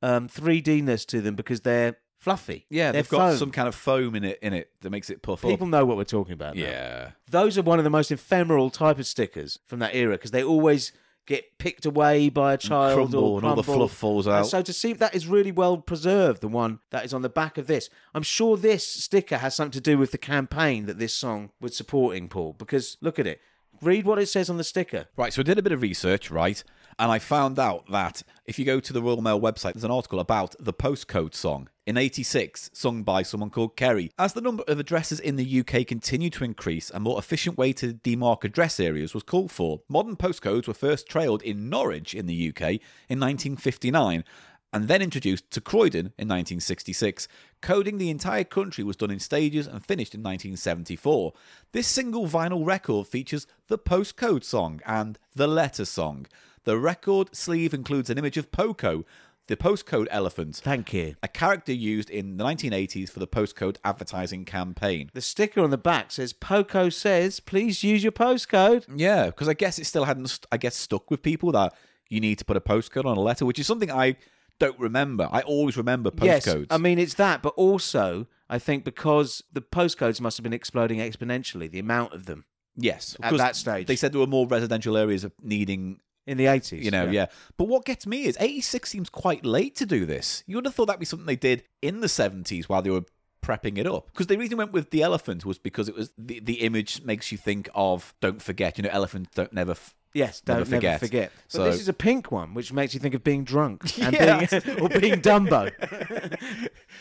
um, 3Dness to them because they're fluffy. Yeah, they're they've got foam. some kind of foam in it in it that makes it puff People up. know what we're talking about. now. Yeah. Those are one of the most ephemeral type of stickers from that era because they always get picked away by a child crumble or and all the crumble. fluff falls And out. so to see that is really well preserved, the one that is on the back of this. I'm sure this sticker has something to do with the campaign that this song was supporting, Paul, because look at it. Read what it says on the sticker. Right, so I did a bit of research, right? And I found out that if you go to the Royal Mail website, there's an article about the postcode song in 86, sung by someone called Kerry. As the number of addresses in the UK continued to increase, a more efficient way to demark address areas was called for. Modern postcodes were first trailed in Norwich in the UK in 1959 and then introduced to Croydon in 1966. Coding the entire country was done in stages and finished in 1974. This single vinyl record features the postcode song and the letter song. The record sleeve includes an image of Poco, the postcode elephant, Thank you. a character used in the 1980s for the postcode advertising campaign. The sticker on the back says, Poco says, please use your postcode. Yeah, because I guess it still hadn't, st- I guess, stuck with people that you need to put a postcode on a letter, which is something I don't remember. I always remember postcodes. Yes, I mean it's that, but also I think because the postcodes must have been exploding exponentially, the amount of them yes, at because that stage. They said there were more residential areas of needing, in the eighties. you know, yeah. But what gets me is 86 seems quite late to do this. You would have thought that'd be something they did in the 70s while they were prepping it up. Because the reason they went with the elephant was because it was the, the image makes you think of don't forget, you know, elephants don't never. F- Yes, don't Never never forget. forget. But So- this is a pink one, which makes you think of being drunk and Yeah. being, or being Dumbo.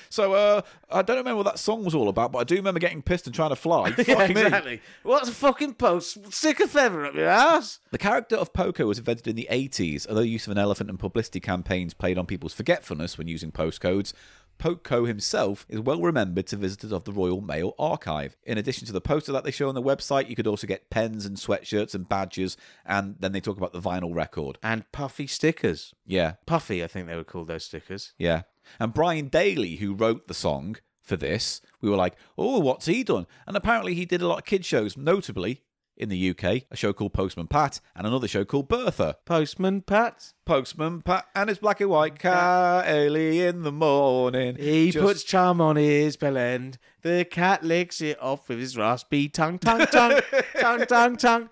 so uh, I don't remember what that song was all about, but I do remember getting pissed and trying to fly. Fuck yeah, me. exactly. What's a fucking post? Stick a feather up your ass. The character of Poco was invented in the 80s, although use of an elephant and publicity campaigns played on people's forgetfulness when using postcodes. Poco himself is well remembered to visitors of the Royal Mail Archive. In addition to the poster that they show on their website, you could also get pens and sweatshirts and badges, and then they talk about the vinyl record. And puffy stickers. Yeah, Puffy, I think they were called those stickers. yeah. And Brian Daly, who wrote the song for this, we were like, oh, what's he done? And apparently he did a lot of kid shows, notably in the UK, a show called Postman Pat and another show called Bertha. Postman Pat. Postman Pat and his black and white car early in the morning. He Just- puts charm on his bell end. The cat licks it off with his raspy tongue, tongue, tongue, tongue, tongue, tongue.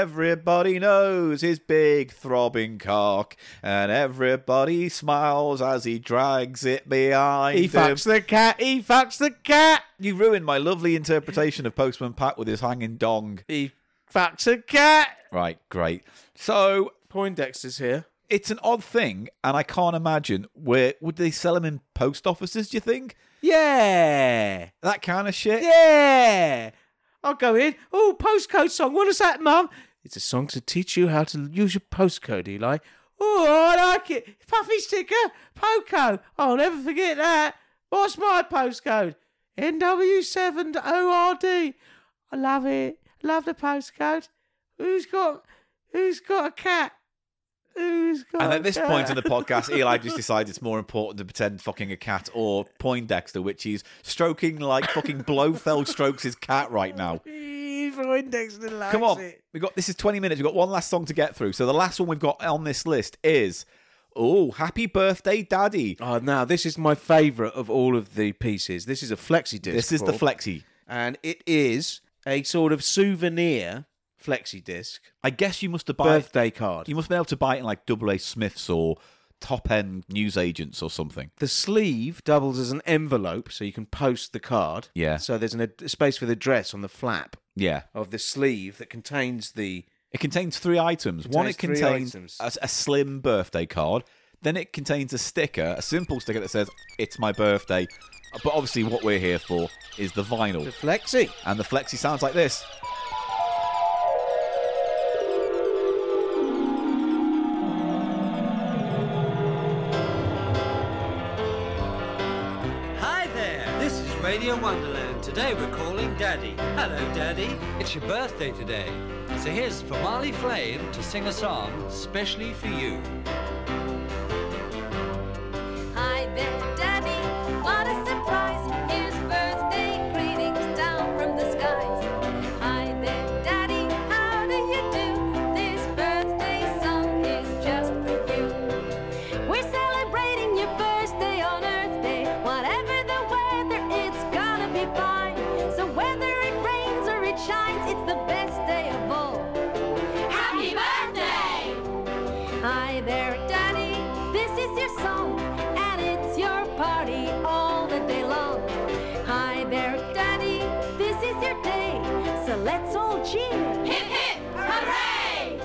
Everybody knows his big throbbing cock, and everybody smiles as he drags it behind He him. fucks the cat. He fucks the cat. You ruined my lovely interpretation of Postman Pat with his hanging dong. He fucks a cat. Right, great. So Ah, Poindexter's here. it's an odd thing, and I can't imagine where would they sell him in post offices? Do you think Yeah. that kind of shit? Yeah. I'll go in. Oh, postcode song. What is that, Mum? It's a song to teach you how to use your postcode, Eli. Oh, I like it. Puffy sticker. Poco. I'll never forget that. What's my postcode? NW7ORD. I love it. Love the postcode. Who's got who's got a cat? Who's got And a Oh, at this cat? point in the podcast, Eli just decides it's more important to pretend fucking a cat or Poindexter, which he's stroking like fucking Blofeld strokes his cat right now. Poindexter likes Come on, it. we got this is twenty minutes. We've got one last song to get through. So the last one we've got on this list is oh, Happy Birthday, Daddy. Oh, now this is my favourite of all of the pieces. This is a flexi disc. This is the flexi. and it is a sort of souvenir flexi disc I guess you must have buy birthday card. you must be able to buy it in like Double A Smiths or top end newsagents or something. The sleeve doubles as an envelope, so you can post the card. Yeah. So there's an ad- space for the address on the flap Yeah, of the sleeve that contains the It contains three items. One, it Contains three contains items. a, a slim birthday card. Then it contains a sticker, a simple sticker that says, It's my birthday. But obviously, what we're here for is the the vinyl. flexi. And the flexi sounds like this. Hi there, this is Radio Wonderland. Today we're calling Daddy. Hello, Daddy. It's your birthday today. So here's for Marley Flame to sing a song specially for you. Hi there, Daddy. What a surprise. Here's birthday greetings down from the skies. Hi there, Daddy. How do you do? This birthday song is just for you. We're celebrating your first day on Earth Day. Whatever the weather, it's gonna be fine. So whether it rains or it shines, it's the best day of all. Happy birthday! Hi there, Daddy. This is your song, and it's your party all the day long. Hi there, Daddy. This is your day, so let's all cheer. Hip hip hooray!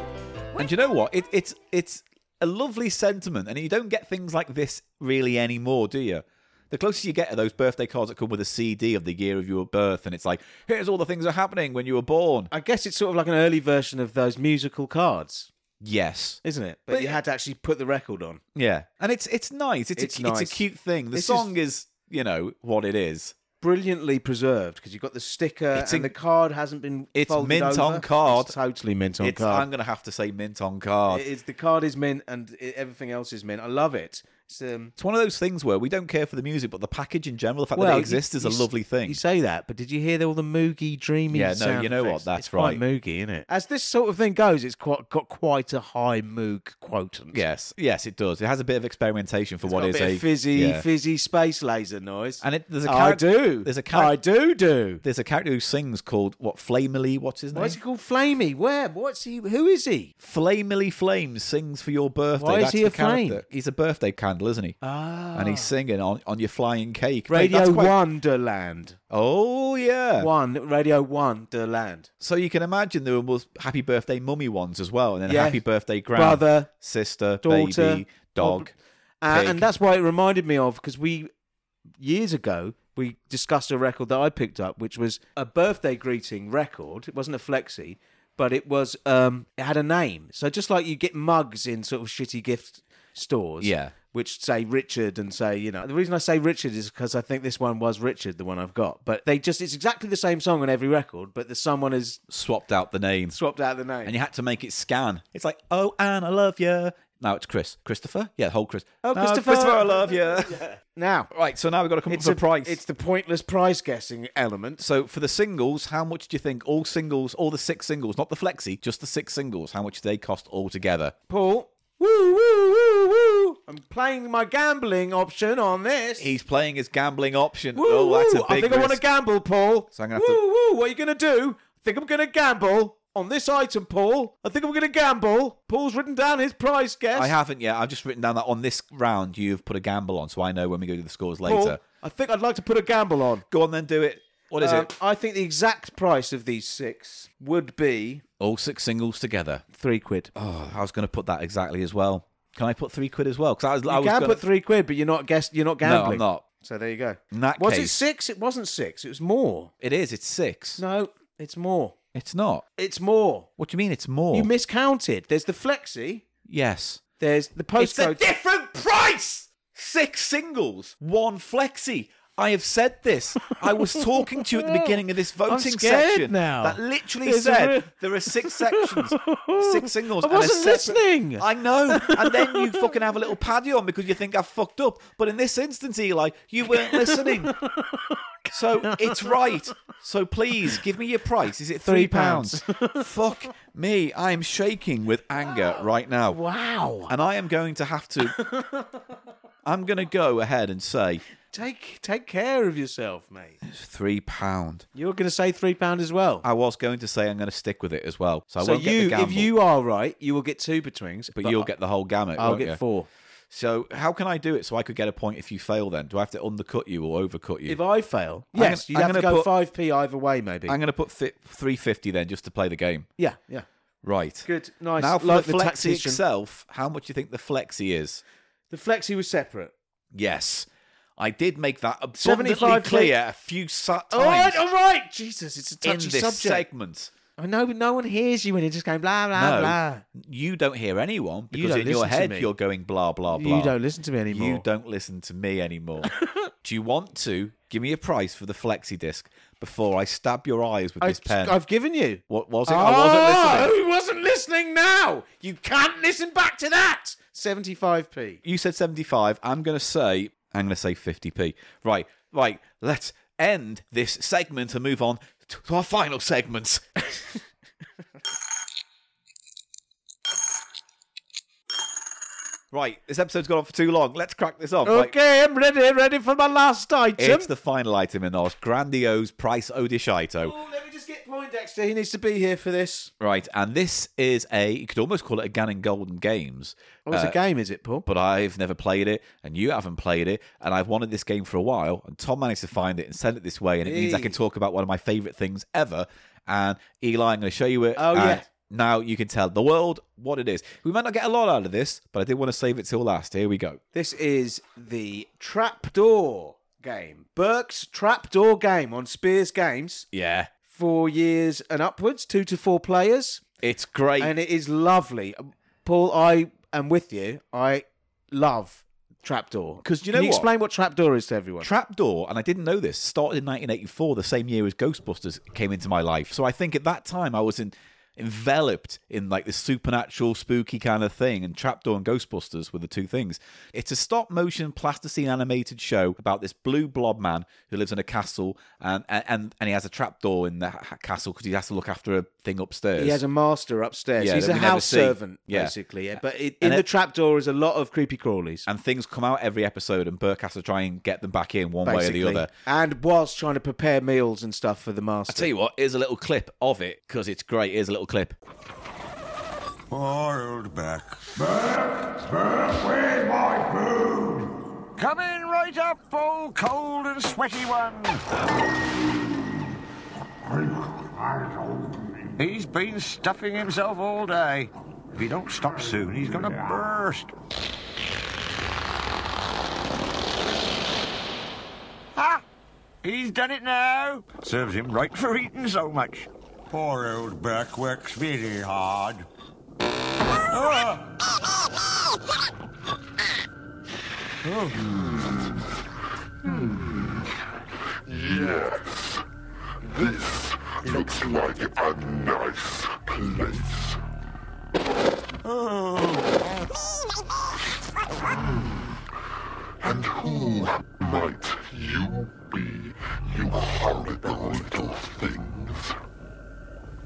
And you know what? It, it's it's a lovely sentiment, and you don't get things like this really anymore, do you? The closest you get are those birthday cards that come with a CD of the year of your birth, and it's like, here's all the things that are happening when you were born. I guess it's sort of like an early version of those musical cards, Yes, isn't it? But, But you it- had to actually put the record on. yeah, and it's it's nice. It's It's a, nice. it's a cute thing. The This is- song is you know what it is. Brilliantly preserved because you've got the sticker It's and in- the card hasn't been. It's folded mint over. on card. It's totally mint on It's, card. I'm going to have to say mint on card. It is the card is mint and i everything else is mint. I love it. It's, um, It's one of those things where we don't care for the music, but the package in general, the fact that well, it you- exists is you a s- lovely thing. You say that, but did you hear all the moogie dreamy? Yeah, no, sound you know what, effects? that's It's right. quite moogie, isn't it? As this sort of thing goes, it's quite got quite a high moog quotient. Yes, yes, it does. It has a bit of experimentation for what Got is a bit of fizzy, yeah. fizzy space laser noise. And it, there's a I character. do. There's a I character. do do. There's a character who sings called what Flamily. What's his name? Why is he called Flamey? Where? What's he? Who is he? Flamily Flame sings for your birthday. Why is That's he the a flame? character. He's a birthday candle, isn't he? Ah, And he's singing on, on your flying cake. Mate, Radio that's quite- Wonderland. Oh yeah. One Radio Wonderland. So you can imagine there was happy birthday mummy ones as well, and then Yeah. happy birthday grand, Brother, sister, daughter, baby, dog. Uh, Pig. and that's why it reminded me of because we years ago we discussed a record that I picked up, which was a birthday greeting record. It wasn't a flexi, but it was um, it had a name. So just like you get mugs in sort of shitty gift stores, Yeah. Which say Richard and say, you know, the reason I say Richard is because I think this one was Richard, the one I've got. But they just, it's exactly the same song on every record, but the someone has Swapped out the names. swapped out the name. and you had to make it scan. It's like, oh, Anne, I love you. Now it's Chris. Christopher? Yeah, the whole Chris. Oh, No, Christopher. Christopher, I love you. now, Right, so now we've got to come it's, up a, with a price. it's the pointless prize guessing element. So for the singles, how much do you think all singles, all the six singles, not the flexi, just the six singles, how much do they cost altogether? Paul. Woo, woo, woo, woo. I'm playing my gambling option on this. He's playing his gambling option. woo, oh, that's a woo. big I think I want to risk. gamble, Paul. So I'm gonna have woo, woo. What are you going to do? I think I'm going to gamble on this item, Paul. I think I'm going to gamble. Paul's written down his prize guess. I haven't yet. I've just written down that on this round you've put a gamble on, so I know when we go to the scores later. Paul, I think I'd like to put a gamble on. Go on then, do it. What is Um, it? I think the exact price of these six would be All six singles together. three quid. Oh, I was going to put that exactly as well. Can I put three quid as well? Because I was, I you was can gonna... put three quid, but you're not guess. You're not No, gambling. I'm not. So there you go. In that was it case- six? It wasn't six. It was more. It is. It's six. No, it's more. It's not. It's more. What do you mean it's more? You miscounted. There's the flexi. yes. There's the It's a postcode. different price. Six singles, one flexi. I have said this. I was talking to you at the beginning of this voting scared section now. that literally There's a said real- there are six sections, six singles. I and a wasn't separate- listening. I know. And then you fucking have a little paddy on because you think I've fucked up. But in this instance, Eli, you weren't listening. Oh, So it's right. So please give me your price. Is it three Three pounds? pounds. Fuck me. I am shaking with anger right now. wow. And I am going to have to. I'm going to go ahead and say Take take care of yourself, mate. three pound. You were going to say three pound as well. I was going to say I'm going to stick with it as well. So I so won't get the you, if gamble, you are right, you will get two betwings, but, you'll get the whole gamut. I'll won't get you? four. So how can I do it so I could get a point if you fail? Then do I have to undercut you or overcut you? If I fail, I'm yes, gonna- you'd I'm have to gonna go put- five p either way, maybe. I'm going to put fi- three fifty then just to play the game. yeah, yeah. Right. Good, nice. Now for like the the flexi tactician. itself, how much do you think the flexi is? The flexi was separate. Yes, I did make that abundantly 75 clear a few sa- All right, times all right. Jesus, it's a in touchy this subject. segment. I know, but no one hears you when you're just going blah blah blah. no, you don't hear anyone You because don't in your listen to head me. you're going blah blah blah. You don't listen to me anymore. You don't listen to me anymore. Do you want to give me a price for the flexi disc before I stab your eyes with I, this pen? I've given you. What was it? I wasn't listening. Ah, Who wasn't listening now? You can't listen back to that. 75p. You said 75. I'm going to say I'm going to say 50p. Right. Right. Let's end this segment and move on to our final segment. right. This episode's gone on for too long. Let's crack this off. Right. Okay, I'm ready. Ready for my last item. It's the final item in our grandiose price odishito. Oh, let me just get Poindexter. He needs to be here for this. Right, and this is a you could almost call it a Gannon Golden Games. Oh, it's Uh, a game, is it, Paul? but I've never played it, and you haven't played it, and I've wanted this game for a while, and Tom managed to find it and send it this way, and it means I Hey. can talk about one of my favourite things ever. And Eli, I'm going to show you it. Oh, and yeah. Now you can tell the world what it is. We might not get a lot out of this, but I did want to save it till last. Here we go. This is the Trapdoor game. Burke's Trapdoor game on Spears Games. Yeah, Four years and upwards, two to four players. it's great. and it is lovely. Paul, I am with you. I love Trapdoor 'Cause you know Can you what? explain what Trapdoor is to everyone? Trapdoor, and I didn't know this, started in 1984, the same year as Ghostbusters came into my life. So I think at that time I was in enveloped in like this supernatural, spooky kind of thing. And Trapdoor and Ghostbusters were the two things. It's a stop motion, plasticine animated show about this blue blob man who lives in a castle and and, and he has a trapdoor in the ha- castle because he has to look after a thing upstairs. He has a master upstairs. Yeah, He's that a we never house see. servant, Yeah. basically. Yeah. But it, in And the it- trapdoor is a lot of creepy crawlies. and things come out every episode, and Burke has to try and get them back in one Basically. way or the other. And whilst trying to prepare meals and stuff for the I master. tell you what, here's a little clip of it because it's great. Here's a little clip. Borrowed back. Burke, Burke, where's my food? Come in right up, old cold and sweaty one. He's been stuffing himself all day. If he don't stop soon, he's gonna burst. Ah! He's done it now. Serves him right for eating so much. Poor old Burke works really hard. Oh, This looks like a nice place. And who might you be, you horrible little things?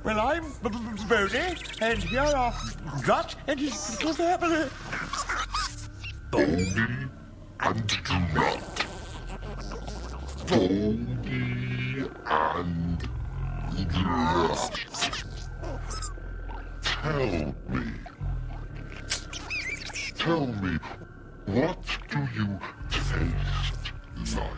Well, I'm B- B- B- Bodie, and here are Gut and his little family. Bony and do not. Bony and not. Tell me. Tell me, what do you taste like?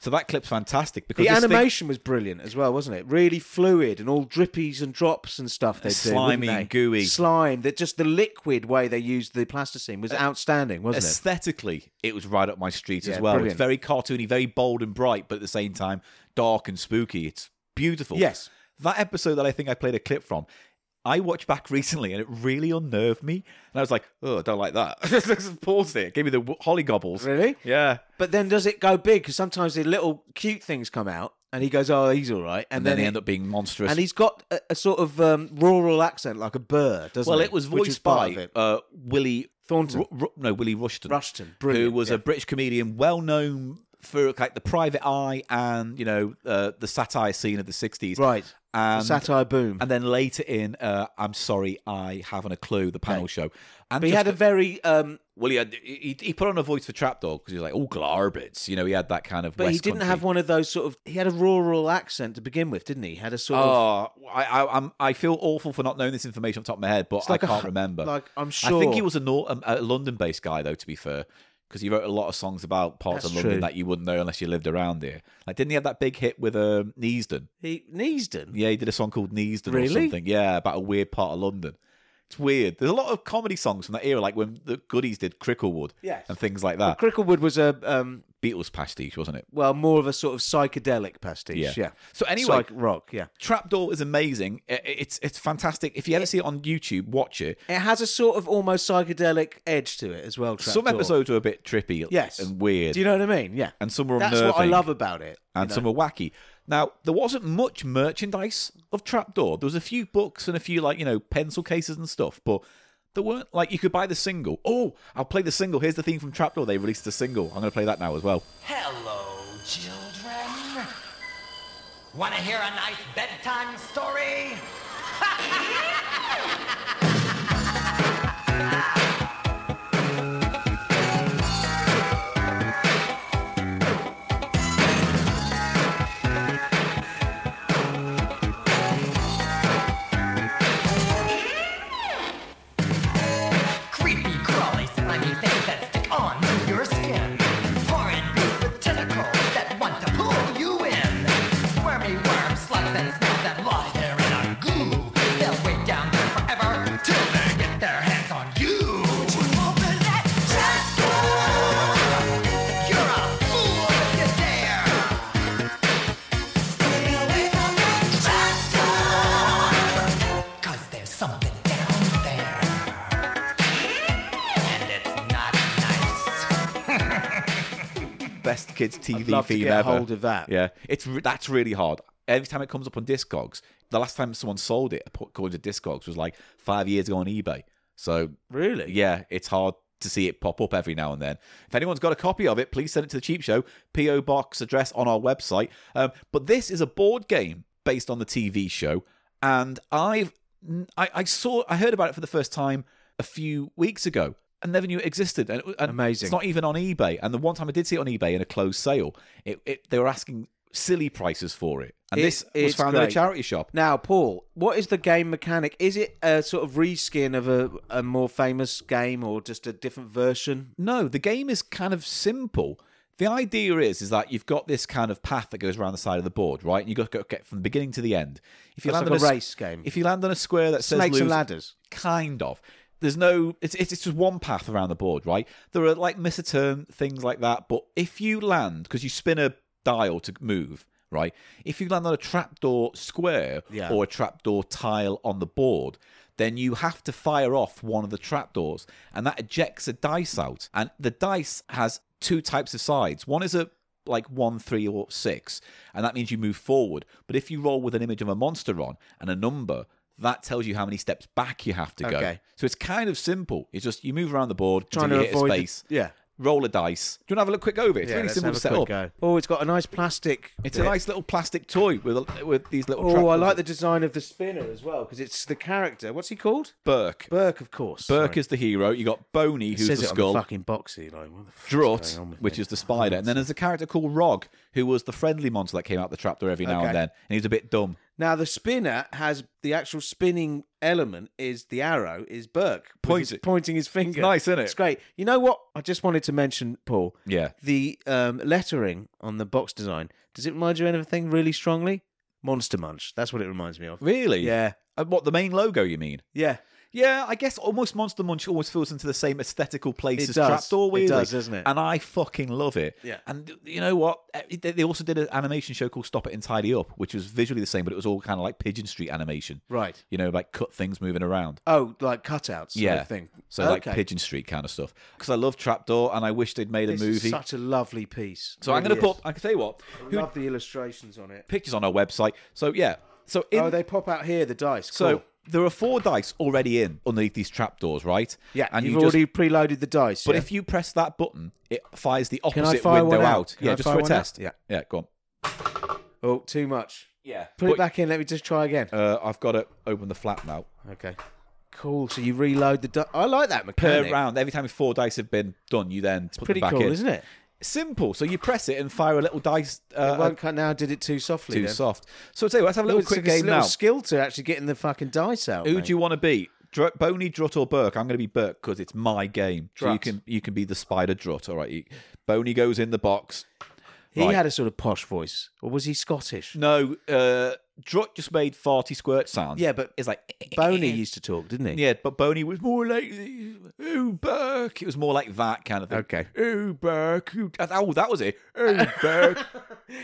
So that clip's fantastic because the this thing- animation was brilliant as well, wasn't it? Really fluid and all drippies and drops and stuff they did. Slimy and gooey. Slime. That just the liquid way they used the plasticine Uh, was outstanding, wasn't it? aesthetically, it was right up my street Yeah, as well. brilliant. It's very cartoony, very bold and bright, but at the same time, dark and spooky. It's beautiful. Yes. That episode that I think I played a clip from, I watched back recently and it really unnerved me. And I was like, oh, I don't like that. Just paused it. Gave me the w- hollygobbles. Really? Yeah. But then does it go big? Because sometimes the little cute things come out, and he goes, "Oh, he's all right," and, And then, he they end up being monstrous. And he's got a, a sort of um, rural accent, like a burr, doesn't well, he? it was Which is voiced part of by it. uh, Willie Thornton. Ru- Ru- no, Willie Rushton. Rushton, who brilliant, was yeah. a British comedian, well known for like the Private Eye and you know uh, the satire scene of the '60s. Right. And, Satire boom. And then later in, uh, I'm sorry, I haven't a clue. The panel show. And but he just- had a very, um, well, he, had, he he put on a voice for Trapdog because he was like, "Oh, glarbits," you know. He had that kind of. but he West didn't Country- have one of those sort of. He had a rural accent to begin with, didn't he? He had a sort of. Oh, I, I, I'm, I feel awful for not knowing this information off the top of my head, but like I a can't hu- remember. like, I'm Oh. I think he sure. was a, Nor- um, a London-based guy, though. To be fair, because he wrote a lot of songs about parts That's of London true. that you wouldn't know unless you lived around here. Like, didn't he have that big hit with um, Neasden? He Neasden. Yeah, he did a song called Neasden Really? or something. Yeah, about a weird part of London. It's weird. There's a lot of comedy songs from that era, like when the Goodies did Cricklewood Yes. and things like that. Cricklewood was a um, Beatles pastiche, wasn't it? well, more of a sort of psychedelic pastiche. Yeah. Yeah. So anyway- Psych- rock. Yeah. Trapdoor is amazing. I- I- It's it's fantastic. If you ever see it on YouTube, watch it. It has a sort of almost psychedelic edge to it as well. some Trapdoor. episodes were a bit trippy yes, and weird Do you know what I mean? Yeah. and some were That's unnerving what I love about it. and you know. some were wacky now there wasn't much merchandise of trapdoor there was a few books and a few like you know pencil cases and stuff but there weren't like you could buy the single oh i'll play the single here's the theme from trapdoor they released the single i'm going to play that now as well Hello, children. Want to hear a nice bedtime story? Creepy crawly slimy things that stick on to your skin. Foreign beasts with tentacles that want to pull you in. Wormy worms, slugs, and snails that lie there in a goo. They'll wait down there forever best kids TV love to theme get ever. hold of that. Yeah, it's re- that's really hard. Every time it comes up on Discogs, the last time someone sold it pu- according to Discogs was like five years ago on eBay. So Really? yeah, it's hard to see it pop up every now and then. If anyone's got a copy of it, please send it to the Cheap Show PO Box address on our website. Um, but this is a board game based on the TV show, and I've I, I saw I heard about it for the first time a few weeks ago. and never knew it existed. And, it- and Amazing. It's not even on eBay. And the one time I did see it on eBay in a closed sale, it, it they were asking silly prices for it. And It- this was it's found at a great. charity shop. Now, Paul, what is the game mechanic? Is it a sort of reskin of a, a more famous game or just a different version? No, the game is kind of simple. The idea is is that you've got this kind of path that goes around the side of the board, right? And you've got to get from the beginning to the end. If It's on like a s- race game. if you land on a square that says Snakes and lose- ladders. kind of. There's no, it's, it's it's just one path around the board, right? There are like miss a turn things like that, but if you land because you spin a dial to move, right? If you land on a trapdoor square Yeah. or a trapdoor tile on the board, then you have to fire off one of the trapdoors, and that ejects a dice out. And the dice has two types of sides. One is a like one, three, or six, and that means you move forward. But if you roll with an image of a monster on and a number, that tells you how many steps back you have to go. Okay. So it's kind of simple. It's just you move around the board, Trying until to you hit avoid a the- space, yeah. roll a dice. Do you want to have a look quick over? it? It's Yeah, really let's simple have to a set quick up. go. Oh, it's got a nice plastic. It's a bit. nice little plastic toy with a, with these little. Oh, I trapdoors. like the design of the spinner as well because it's the character. What's he called? Burke. Burke, of course. Burke Sorry. is the hero. You got Boney, It who's says the it on skull. the fucking boxy. Like, what the fuck's going on Drut, with which me? is the spider, and then there's a character called Rog, who was the friendly monster that came out the trapdoor every now Okay. and then, and he was a bit dumb. Now the spinner has the actual spinning element is the arrow is Burke with Points his- it. pointing his finger. nice, isn't it? It's great. You know what? I just wanted to mention, Paul. Yeah. The um, lettering on the box design does it remind you of anything really strongly? Monster Munch. That's what it reminds me of. Really? Yeah. And Uh, what the main logo? You mean? Yeah. Yeah, I guess almost Monster Munch always falls into the same aesthetical place It as does. Trapdoor, It weirdly. does, doesn't it? And I fucking love it. Yeah. And you know what? Eh, They they also did an animation show called Stop It and Tidy Up, which was visually the same, but it was all kind of like Pigeon Street animation. Right. You know, like cut things moving around. Oh, like cutouts. sort yeah. of thing. So like Okay. Pigeon Street kind of stuff. Because I love Trapdoor, and I wish they'd made This a is movie. such a lovely piece. so I'm Really going to is. put. I can tell you what. I Who love the illustrations on it. pictures on our website? So yeah. So in Oh, they pop out here. The dice. so. Cool. There are four dice already in underneath these trapdoors, right? yeah, and you've you just- already preloaded the dice. But yeah? if you press that button, it fires the I opposite fire window one out. out? Can Yeah, I just fire for a one out? test. Yeah. yeah, go on. oh, too much. Yeah, Put it back in. Let me just try again. Uh, I've got to open the flap now. okay. Cool. So you reload the. Di- I like that Per mechanic. round, every time four dice have been done, you then put Pretty them back cool, in. isn't it? Simple. So you press it and fire a little dice. Uh, it won't cut now. Did it too softly. too then. soft. So I tell you, what, let's have a Ooh, little it quick took us a game little now. skill to actually getting the fucking dice out. Who mate. do you want to be? Dr- Boney Drut or Burke? I'm going to be Burke because it's my game. So you Drut. can you can be the spider Drut. All right. You- Boney goes in the box. He Right. had a sort of posh voice, or was he Scottish? No, uh, Drut just made farty squirt sound. Yeah, but it's like Boney used to talk, didn't he? Yeah, but Boney was more like "Ooh Burke." It was more like that kind of thing. Okay. Ooh Burke. Ooh, that- oh, that was it. Ooh Burke.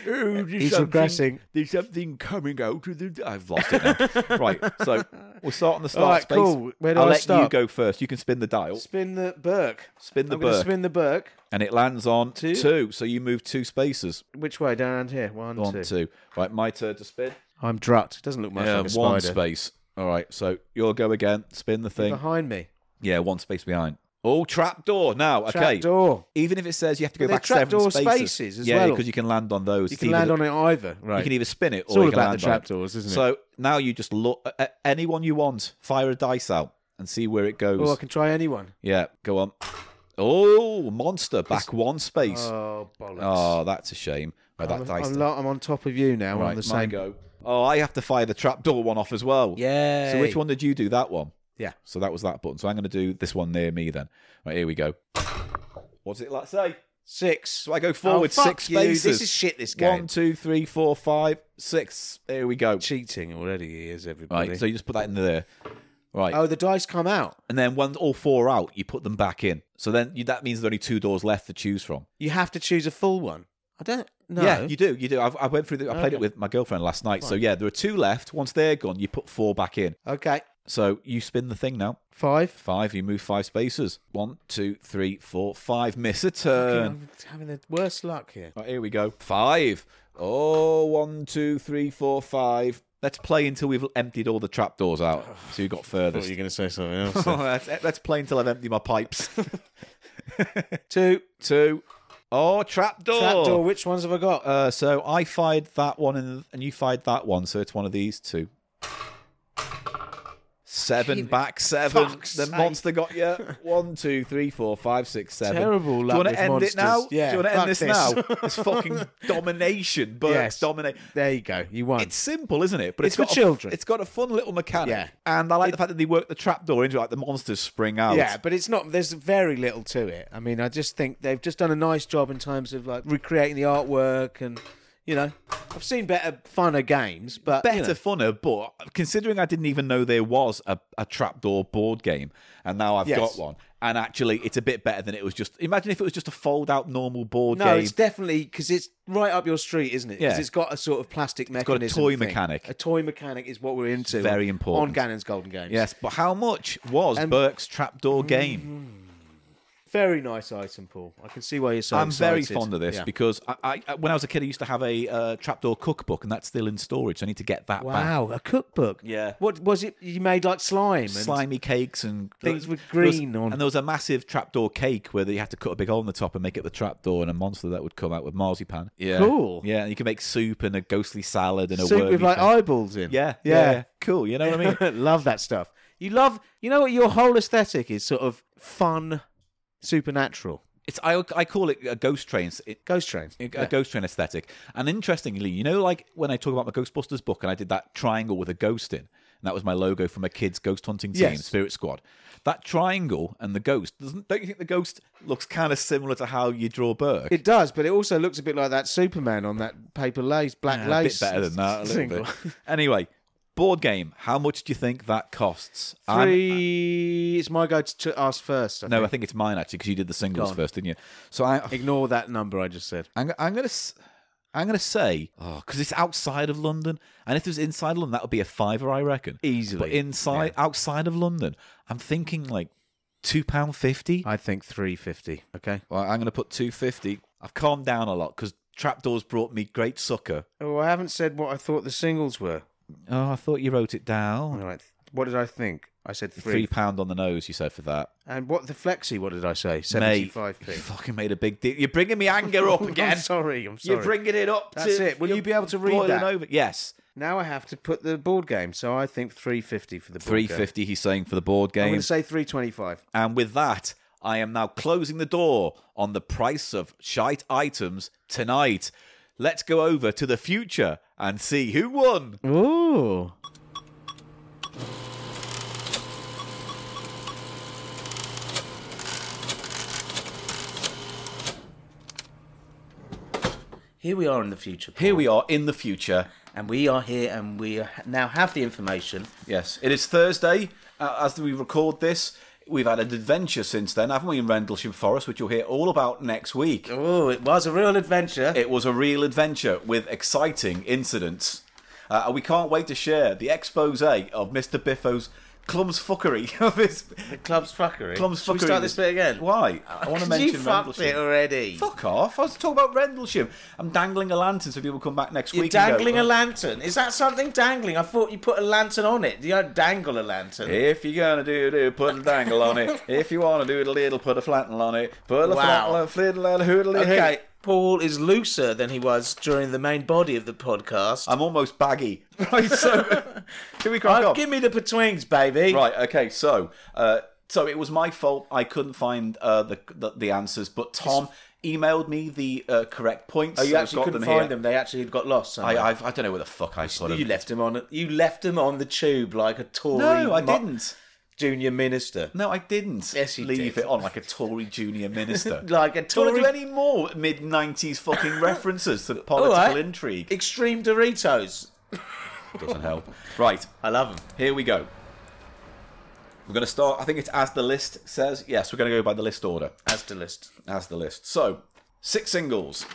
Ooh, there's He's something- regressing. There's something coming out of the. I've lost it now. right. So we'll start on the start All right, space. cool. Where do I'll I let you start? go first. You can spin the dial, Spin the Burke. Spin the I'm gonna Burke. Spin the Burke. and it lands on two. Two. So you move two spaces. Which way? Down here. One, One, two. two. Right, my turn to spin. I'm Drut. Doesn't look much Yeah, like a one spider. space. All right, so you'll go again. Spin the thing. Behind me. Yeah, one space behind. Oh, trapdoor now. Okay. Trapdoor. Even if it says you have to go They're back seven trapdoor spaces, spaces as yeah, well. because you can land on those. You It's can either land the- on it either. Right. You can either spin it It's or all you can about land the on it. trapdoors, isn't it? So now you just look at anyone you want, fire a dice out, and see where it goes. Oh, I can try anyone. Yeah, go on. Oh, monster back one space. Oh, bollocks. oh, that's a shame. Right, that I'm, dice. I'm, then. lo- I'm on top of you now. I'm right, on the mine same. go. Oh, I have to fire the trapdoor one off as well. Yeah. So which one did you do? That one. Yeah. So that was that button. So I'm going to do this one near me then. Right, here we go. What's it like say? Six. So I go forward Oh, fuck six you. spaces. This is shit, this game. One, two, three, four, five, six. There we go. Cheating already he is, everybody. Right, so you just put that in there. Right, oh, the dice come out. and then when all four are out, you put them back in. So then you, that means there's only two doors left to choose from. You have to choose a full one. I don't know. Yeah, you do, you do. I've, I went through. The, I played it with my girlfriend last night. So yeah, there are two left. Once they're gone, you put four back in. Okay. So you spin the thing now. Five. Five. You move five spaces. One, two, three, four, five. Miss a turn. I'm having the worst luck here. Right, here we go. Five. Oh, one, two, three, four, five. Let's play until we've emptied all the trapdoors out. So you got furthest. going to say something else. Oh, let's, let's play until I've emptied my pipes. Two. Two. Oh, trapdoor. Trapdoor. Which ones have I got? Uh, so I fired that one and, and you fired that one. So it's one of these two. Seven back seven. fuck's The sake. monster got you. One, two, three, four, five, six, seven. Terrible Do you luck want with to end monsters. it now? Yeah, Do you want to fuck end this, this. now? It's fucking domination. Burke's Yes. dominate. There you go. You won. It's simple, isn't it? But It's got for a- children. it's got a fun little mechanic. Yeah. And I like the fact that they work the trapdoor into it, like the monsters spring out. Yeah, but it's not. There's very little to it. I mean, I just think they've just done a nice job in terms of like recreating the artwork and, you know, I've seen better, funner games, but you better know. funner, but considering I didn't even know there was a, a trapdoor board game, and now I've Yes. got one, and actually it's a bit better than it was just. Imagine if it was just a fold out normal board No, game. it's definitely because it's right up your street, isn't it? 'Cause Yeah. it's got a sort of plastic got a mechanism. toy thing. mechanic. A toy mechanic is what we're into. very on- important. on Gannon's Golden Games. yes, but how much was And- Mm, Burke's trapdoor game? very nice item, Paul. I can see why you're so. I'm very excited. fond of this Yeah. because I, I, I- when I was a kid, I used to have a uh, trapdoor cookbook, and that's still in storage. So I need to get that back. wow, a cookbook. Yeah. What was it? You made like slime. And, Slimy cakes and Things with there was- green on. and there was a massive trapdoor cake where you had to cut a big hole in the top and make it the trapdoor, and a monster that would come out with marzipan. Yeah, Cool. Yeah, and you could make soup and a ghostly salad and a Soup wormy with like thing. eyeballs in. Yeah, yeah, Yeah. cool. You know what I mean? love that stuff. You love, you know what? Your whole aesthetic is sort of fun, supernatural. it's I, I call it a ghost train. It, Ghost trains. a ghost train aesthetic. And interestingly, you know, like when I talk about my Ghostbusters book and I did that triangle with a ghost in, and that was my logo for my kids' ghost hunting team, Yes. Spirit Squad. That triangle and the ghost, doesn't, don't you think the ghost looks kind of similar to how you draw Burke? It does, but it also looks a bit like that Superman on that paper lace, black a lace. bit better than that, a little single. bit. Anyway, board game. How much do you think that costs? I'm- 3 it's my go to, to ask first. I no, I think. think it's mine actually because you did the singles Go on. first, didn't you? So I, ignore that number I just said. I'm, I'm gonna, s- I'm gonna say, oh, because it's outside of London, and if there's inside London, that would be a fiver, I reckon, Easily, But inside, outside of London, I'm thinking like two pound fifty. I think three fifty. Okay. Well, I'm gonna put two fifty. I've calmed down a lot because trapdoors brought me great succor. Oh, I haven't said what I thought the singles were. Oh, I thought you wrote it All down. right. What did I think? I said three. Three pound on the nose, you said for that. And what the flexi? What did I say? Mate, Seventy-five you p. fucking made a big deal. You're bringing me anger up again. I'm sorry. I'm sorry. You're bringing it up. That's to- it. Will you're you be able to read boiling that? Over. Yes. Now I have to put the board game. So I think three fifty for the board Three game. fifty. He's saying for the board I'm going game. to say three twenty-five. and with that, I am now closing the door on the price of shite items tonight. Let's go over to the future and see who won. Ooh. Here we are in the future. Paul. Here we are in the future. and we are here, and we are- now have the information. Yes, it is Thursday. Uh, as we record this, we've had an adventure since then, haven't we, in Rendlesham Forest, which you'll hear all about next week. Oh, it was a real adventure. It was a real adventure with exciting incidents. Uh, and we can't wait to share the expose of Mr. Biffo's clum's fuckery of his the club's fuckery. clum's Should fuckery. we start this bit again? Why? I want to 'Cause mention you fucked Rendlesham. it already. Fuck off! I was talking about Rendlesham. I'm dangling a lantern so people come back next You're week. and go, dangling a "Oh, lantern. Is that something dangling? I thought you put a lantern on it. You don't dangle a lantern. If you're gonna do do, put a dangle on it. If you wanna do it a little, put a flattenel on it. Put a Wow. flattenel, a fliddle, and a hoodle. Okay, Paul is looser than he was during the main body of the podcast. I'm almost baggy. Right, so can we crack Uh, on? give me the betwings, baby. Right. Okay. So, uh, so it was my fault. I couldn't find uh, the, the the answers, but Tom emailed me the uh, correct points. Oh, you so I've actually got couldn't them find here. them. They actually had got lost. somewhere. I, I've, I don't know where the fuck I put them. you left him on. You left him on the tube like a Tory. no, I mo- didn't. Junior minister. No, I didn't. Yes, you leave did. it on like a Tory junior minister. Like a Do you want to do Tory- any more mid '90s fucking references to political All right. intrigue? Extreme Doritos. doesn't help. Right, I love them. here we go. We're going to start. I think it's as the list says. Yes, we're going to go by the list order. As to list. As the list. So, six singles.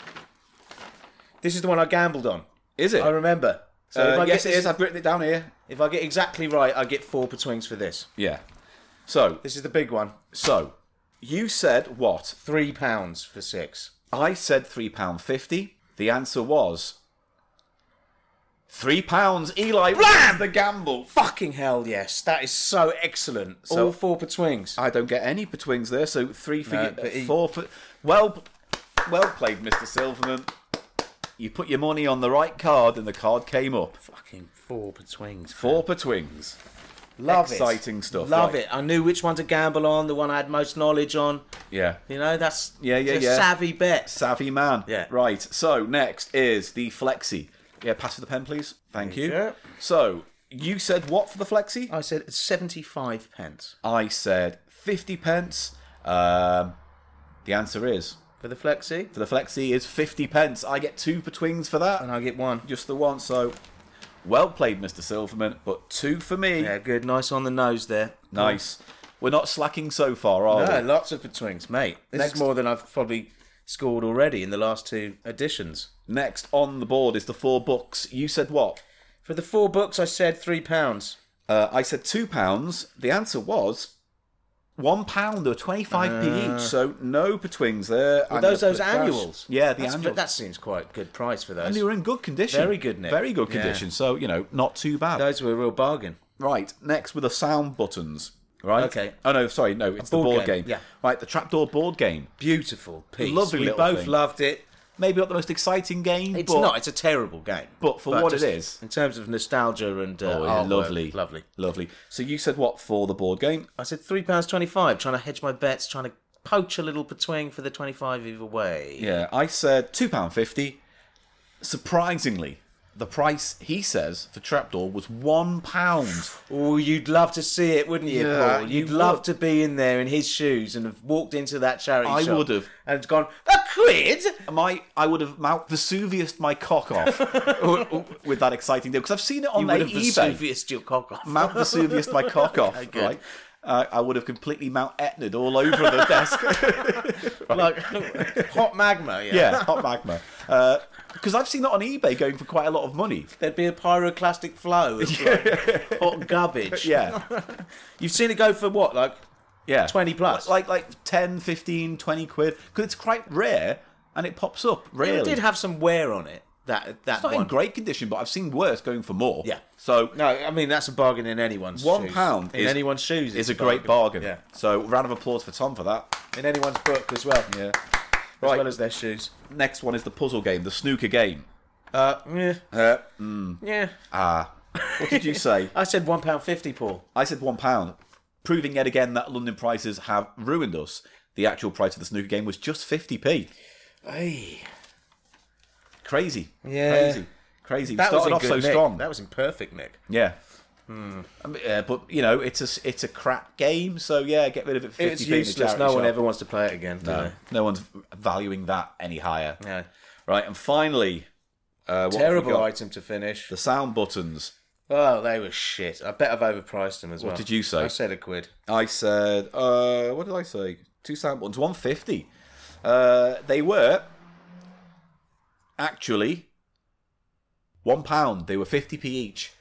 This is the one I gambled on. Is it? I remember. So if Uh, I yes, get it this- is. I've written it down here. If I get exactly right, I get four betwings for this. Yeah. So This is the big one. so you said what? Three pounds for six. I said three pound fifty. The answer was three pounds. Eli wins the gamble. Fucking hell, yes. That is so excellent. So- All four betwings. I don't get any betwings there. So three for No, you, but he- four for. Well, well played, Mr. Silverman. You put your money on the right card, and the card came up. Fucking four betwings. Four per twings. Love Exciting stuff, Love right. it. I knew which one to gamble on, the one I had most knowledge on. Yeah. You know, that's Yeah, yeah, it's a yeah. savvy bet. Savvy man. Yeah. Right. So next is the flexi. Yeah, pass for the pen, please. Thank you. There you go. So you said what for the flexi? I said 75 pence I said fifty pence. Um, the answer is for the flexi, for the flexi is fifty pence. I get two per twings for that. and I get one. just the one. So, well played, Mr. Silverman, but two for me. Yeah, good. Nice on the nose there. Nice. We're not slacking so far, are No, we? lots of betwings, mate. This Next- is more than I've probably scored already in the last two editions. Next on the board is the four books. You said what? For the four books, I said three pounds. Uh, I said two pounds. The answer was one pound or twenty-five p each. So no betwings there. Uh, Were I'm those gonna those put down- annuals? Yeah, the That's- annuals. That seems quite good price for and those. they were in good condition. Very good, Nick. Very good Yeah. condition. So you know, not too bad. Those were a real bargain. Right, next were the sound buttons. Right. Okay. Oh no, sorry, no, it's the board board game. game, yeah. Right, the trapdoor board game. Beautiful piece. Lovely We little both thing. loved it. Maybe not the most exciting game. It's but not. It's a terrible game. But for what it just is- in terms of nostalgia and uh, Oh, yeah, artwork, lovely, lovely. lovely. So you said what for the board game? I said three pounds twenty-five, trying to hedge my bets, trying to poach a little between for the twenty-five either way. Yeah, I said two pound fifty. Surprisingly, the price he says for trapdoor was one pound. Oh, you'd love to see it, wouldn't you, Yeah, Paul? you You'd love would. to be in there in his shoes and have walked into that charity I shop. would've. and gone a quid. My, I would have Mount Vesuvius my cock off w- w- with that exciting deal because I've seen it on You like, would have eBay. Vesuvius your cock off. Mount Vesuvius my cock off, Okay, good. right? Uh, I would have completely Mount Etna'd all over the desk. like hot magma. Yeah. yeah, hot magma. Because I've seen that on eBay going for quite a lot of money. There'd be a pyroclastic flow of like, hot garbage. Yeah, You've seen it go for what, like yeah. 20 plus? Like like 10, 15, 20 quid. Because it's quite rare and it pops up rarely. It did have some wear on it. That that it's not one. in great condition, but I've seen worse going for more. Yeah. So No, I mean that's a bargain in anyone's One shoes. pound in is- anyone's shoes it's a great bargain. Yeah. So round of applause for Tom for that. In anyone's book as well. Yeah. As Right. well as their shoes. Next one is the puzzle game, the snooker game. Uh, yeah. Uh, Yeah. what did you say? I said one pound fifty, Paul. I said one pound, proving yet again that London prices have ruined us. The actual price of the snooker game was just 50p. Hey. Crazy. Yeah. Crazy. Crazy. That we was started in off good so nick. strong. That was Hmm. in perfect nick. Yeah. I mean, uh, but you know, it's a s- it's a crap game, so yeah, get rid of it. For 50p It's in the useless. charity No one shop. ever wants to play it again, do No, no one's valuing that any higher. they? No. Right, and finally, uh, what have we Terrible got? item to finish. The sound buttons. Oh, they were shit. I bet I've overpriced them as well. did you say? I said a quid. I said, uh, what did I say? Two sound buttons, one fifty. Uh, they were actually one pound. They were fifty p each.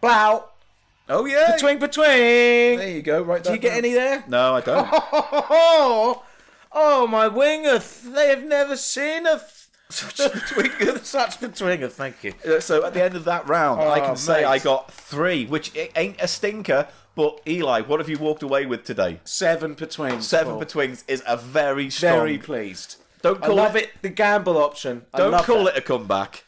Blow. Oh yeah, Betwing, betwing. there you go. Right, Do you get any there? No, I don't. Oh, oh my wingeth! They have never seen a f- such betwingeth. such betwingeth. Thank you. Uh, So at the end of that round, I can Oh, say mate. I got three, which i- ain't a stinker. But Eli, what have you walked away with today? Seven betwings. Seven Paul. per twins is a very strong. Very pleased. Don't I call love it- it. The gamble option. I don't love call that. it a comeback.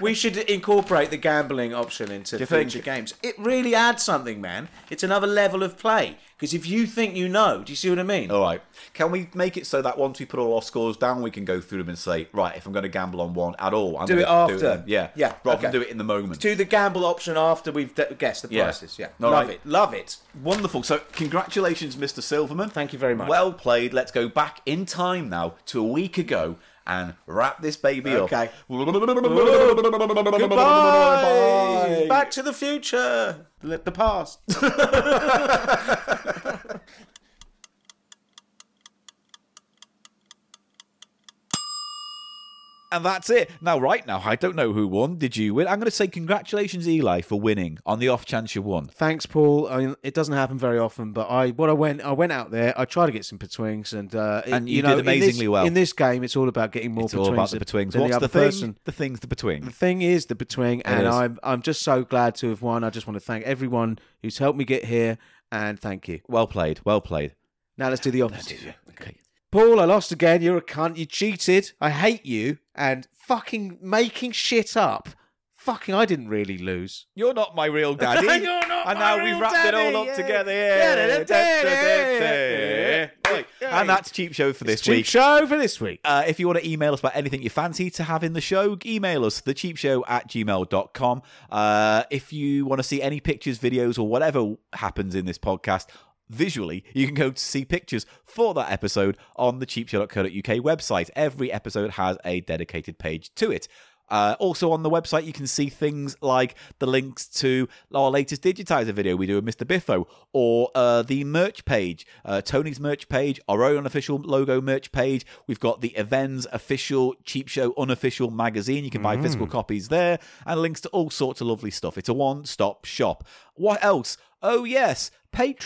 We should incorporate the gambling option into you future think? games. It really adds something, man. It's another level of play. Because if you think you know, do you see what I mean? All right. Can we make it so that once we put all our scores down, we can go through them and say, right, if I'm going to gamble on one at all, I'm Do it gonna after. then. yeah, Yeah, rather than okay. do it in the moment. Do the gamble option after we've de- guessed the Yeah. prices. Yeah, All love right. it. Love it. Wonderful. So, congratulations, Mr. Silverman. Thank you very much. Well played. Let's go back in time now to a week ago and wrap this baby Okay. up. Goodbye. Goodbye. Back to the future. Let the past. And that's it. Now, right now, I don't know who won. Did you win? I'm going to say congratulations, Eli, for winning on the off chance you won. Thanks, Paul. I mean, it doesn't happen very often, but I what I went I went out there. I tried to get some petwings, and uh, it- And you know, did in this- amazingly well. In this game, it's all about getting more. It's all about the betwings betwings. than What's the, the, other thing? person. The thing's the between. The thing is the betwing, and is. I'm I'm just so glad to have won. I just want to thank everyone who's helped me get here, and thank you. Well played. Well played. Now let's do the opposite. Paul, I lost again. You're a cunt. You cheated. I hate you. And fucking making shit up. Fucking, I didn't really lose. You're not my real daddy. You're not and my now real we've wrapped it daddy, all up yeah. together. Da-da-da-da-da. Yeah. Right. Yeah. And that's Cheap Show for this Cheap week. show for this week. Uh, if you want to email us about anything you fancy to have in the show, email us thecheapshow at gmail.com. Uh, if you want to see any pictures, videos, or whatever happens in this podcast visually, you can go to see pictures for that episode on the cheapshow.co.uk website. Every episode has a dedicated page to it. Uh, also on the website, you can see things like the links to our latest digitizer video we do with Mr. Biffo, or uh, the merch page, uh, Tony's merch page, our own official logo merch page. We've got the Evens official Cheap Show unofficial magazine. You can Mm. buy physical copies there, and links to all sorts of lovely stuff. It's a one stop shop. What else? Oh, yes,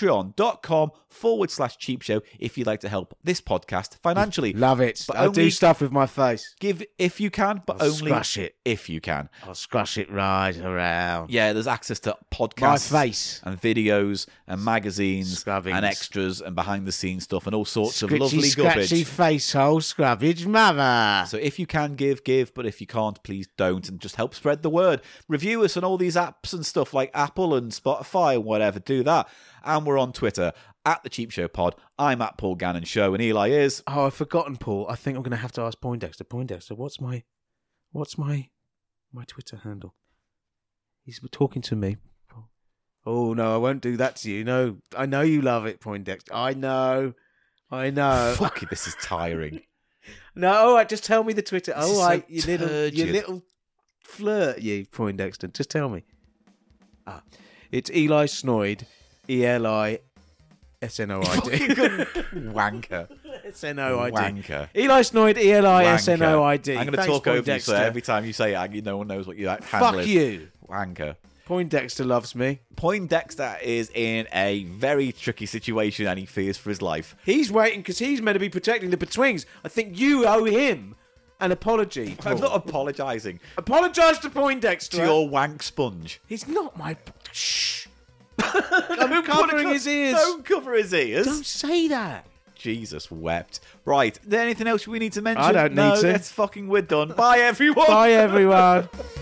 patreon.com forward slash cheap show if you'd like to help this podcast financially. Love it. But I do only- stuff with my face. Give if you can, but I'll only scratch it. if you can. I'll scratch it right around. Yeah, there's access to podcasts, My face. and videos, and magazines, Scrubbings. and extras, and behind the scenes stuff, and all sorts Scritchy, of lovely scratchy gubbage. face hole, scrubbage mother. so if you can give, give, but if you can't, please don't, and just help spread the word. Review us on all these apps and stuff like Apple and Spotify and whatever. Do that, and we're on Twitter at the Cheap Show Pod. I'm at Paul Gannon Show, and Eli is. oh, I've forgotten, Paul. I think I'm going to have to ask Poindexter. Poindexter, what's my, what's my, my Twitter handle? He's talking to me. Oh no, I won't do that to you. No, I know you love it, Poindexter. I know, I know. Fuck, uh, this is tiring. No, all right, just tell me the Twitter. is All right, so you little, turgid. you little flirt, you Poindexter. Just tell me. Ah, it's Eli Snoid, E L I S N O I D. Wanker. S N O I D. Wanker. Eli Snoid, E L I S N O I D. Wanker. I'm going to Thanks, talk over you, so Poindexter. every time you say it, no one knows what you handle Fuck is. you. Wanker. Poindexter loves me. Poindexter is in a very tricky situation and he fears for his life. He's waiting because he's meant to be protecting the Betwings. I think you owe him an apology. I'm Paul. not apologising apologise to Poindexter. Oh. to your wank sponge. He's not my. Shh. I'm covering his ears. Don't cover his ears. Don't say that. Jesus wept. Right, is there anything else we need to mention? I don't no, need to. that's fucking, we're done. Bye, everyone. Bye, everyone.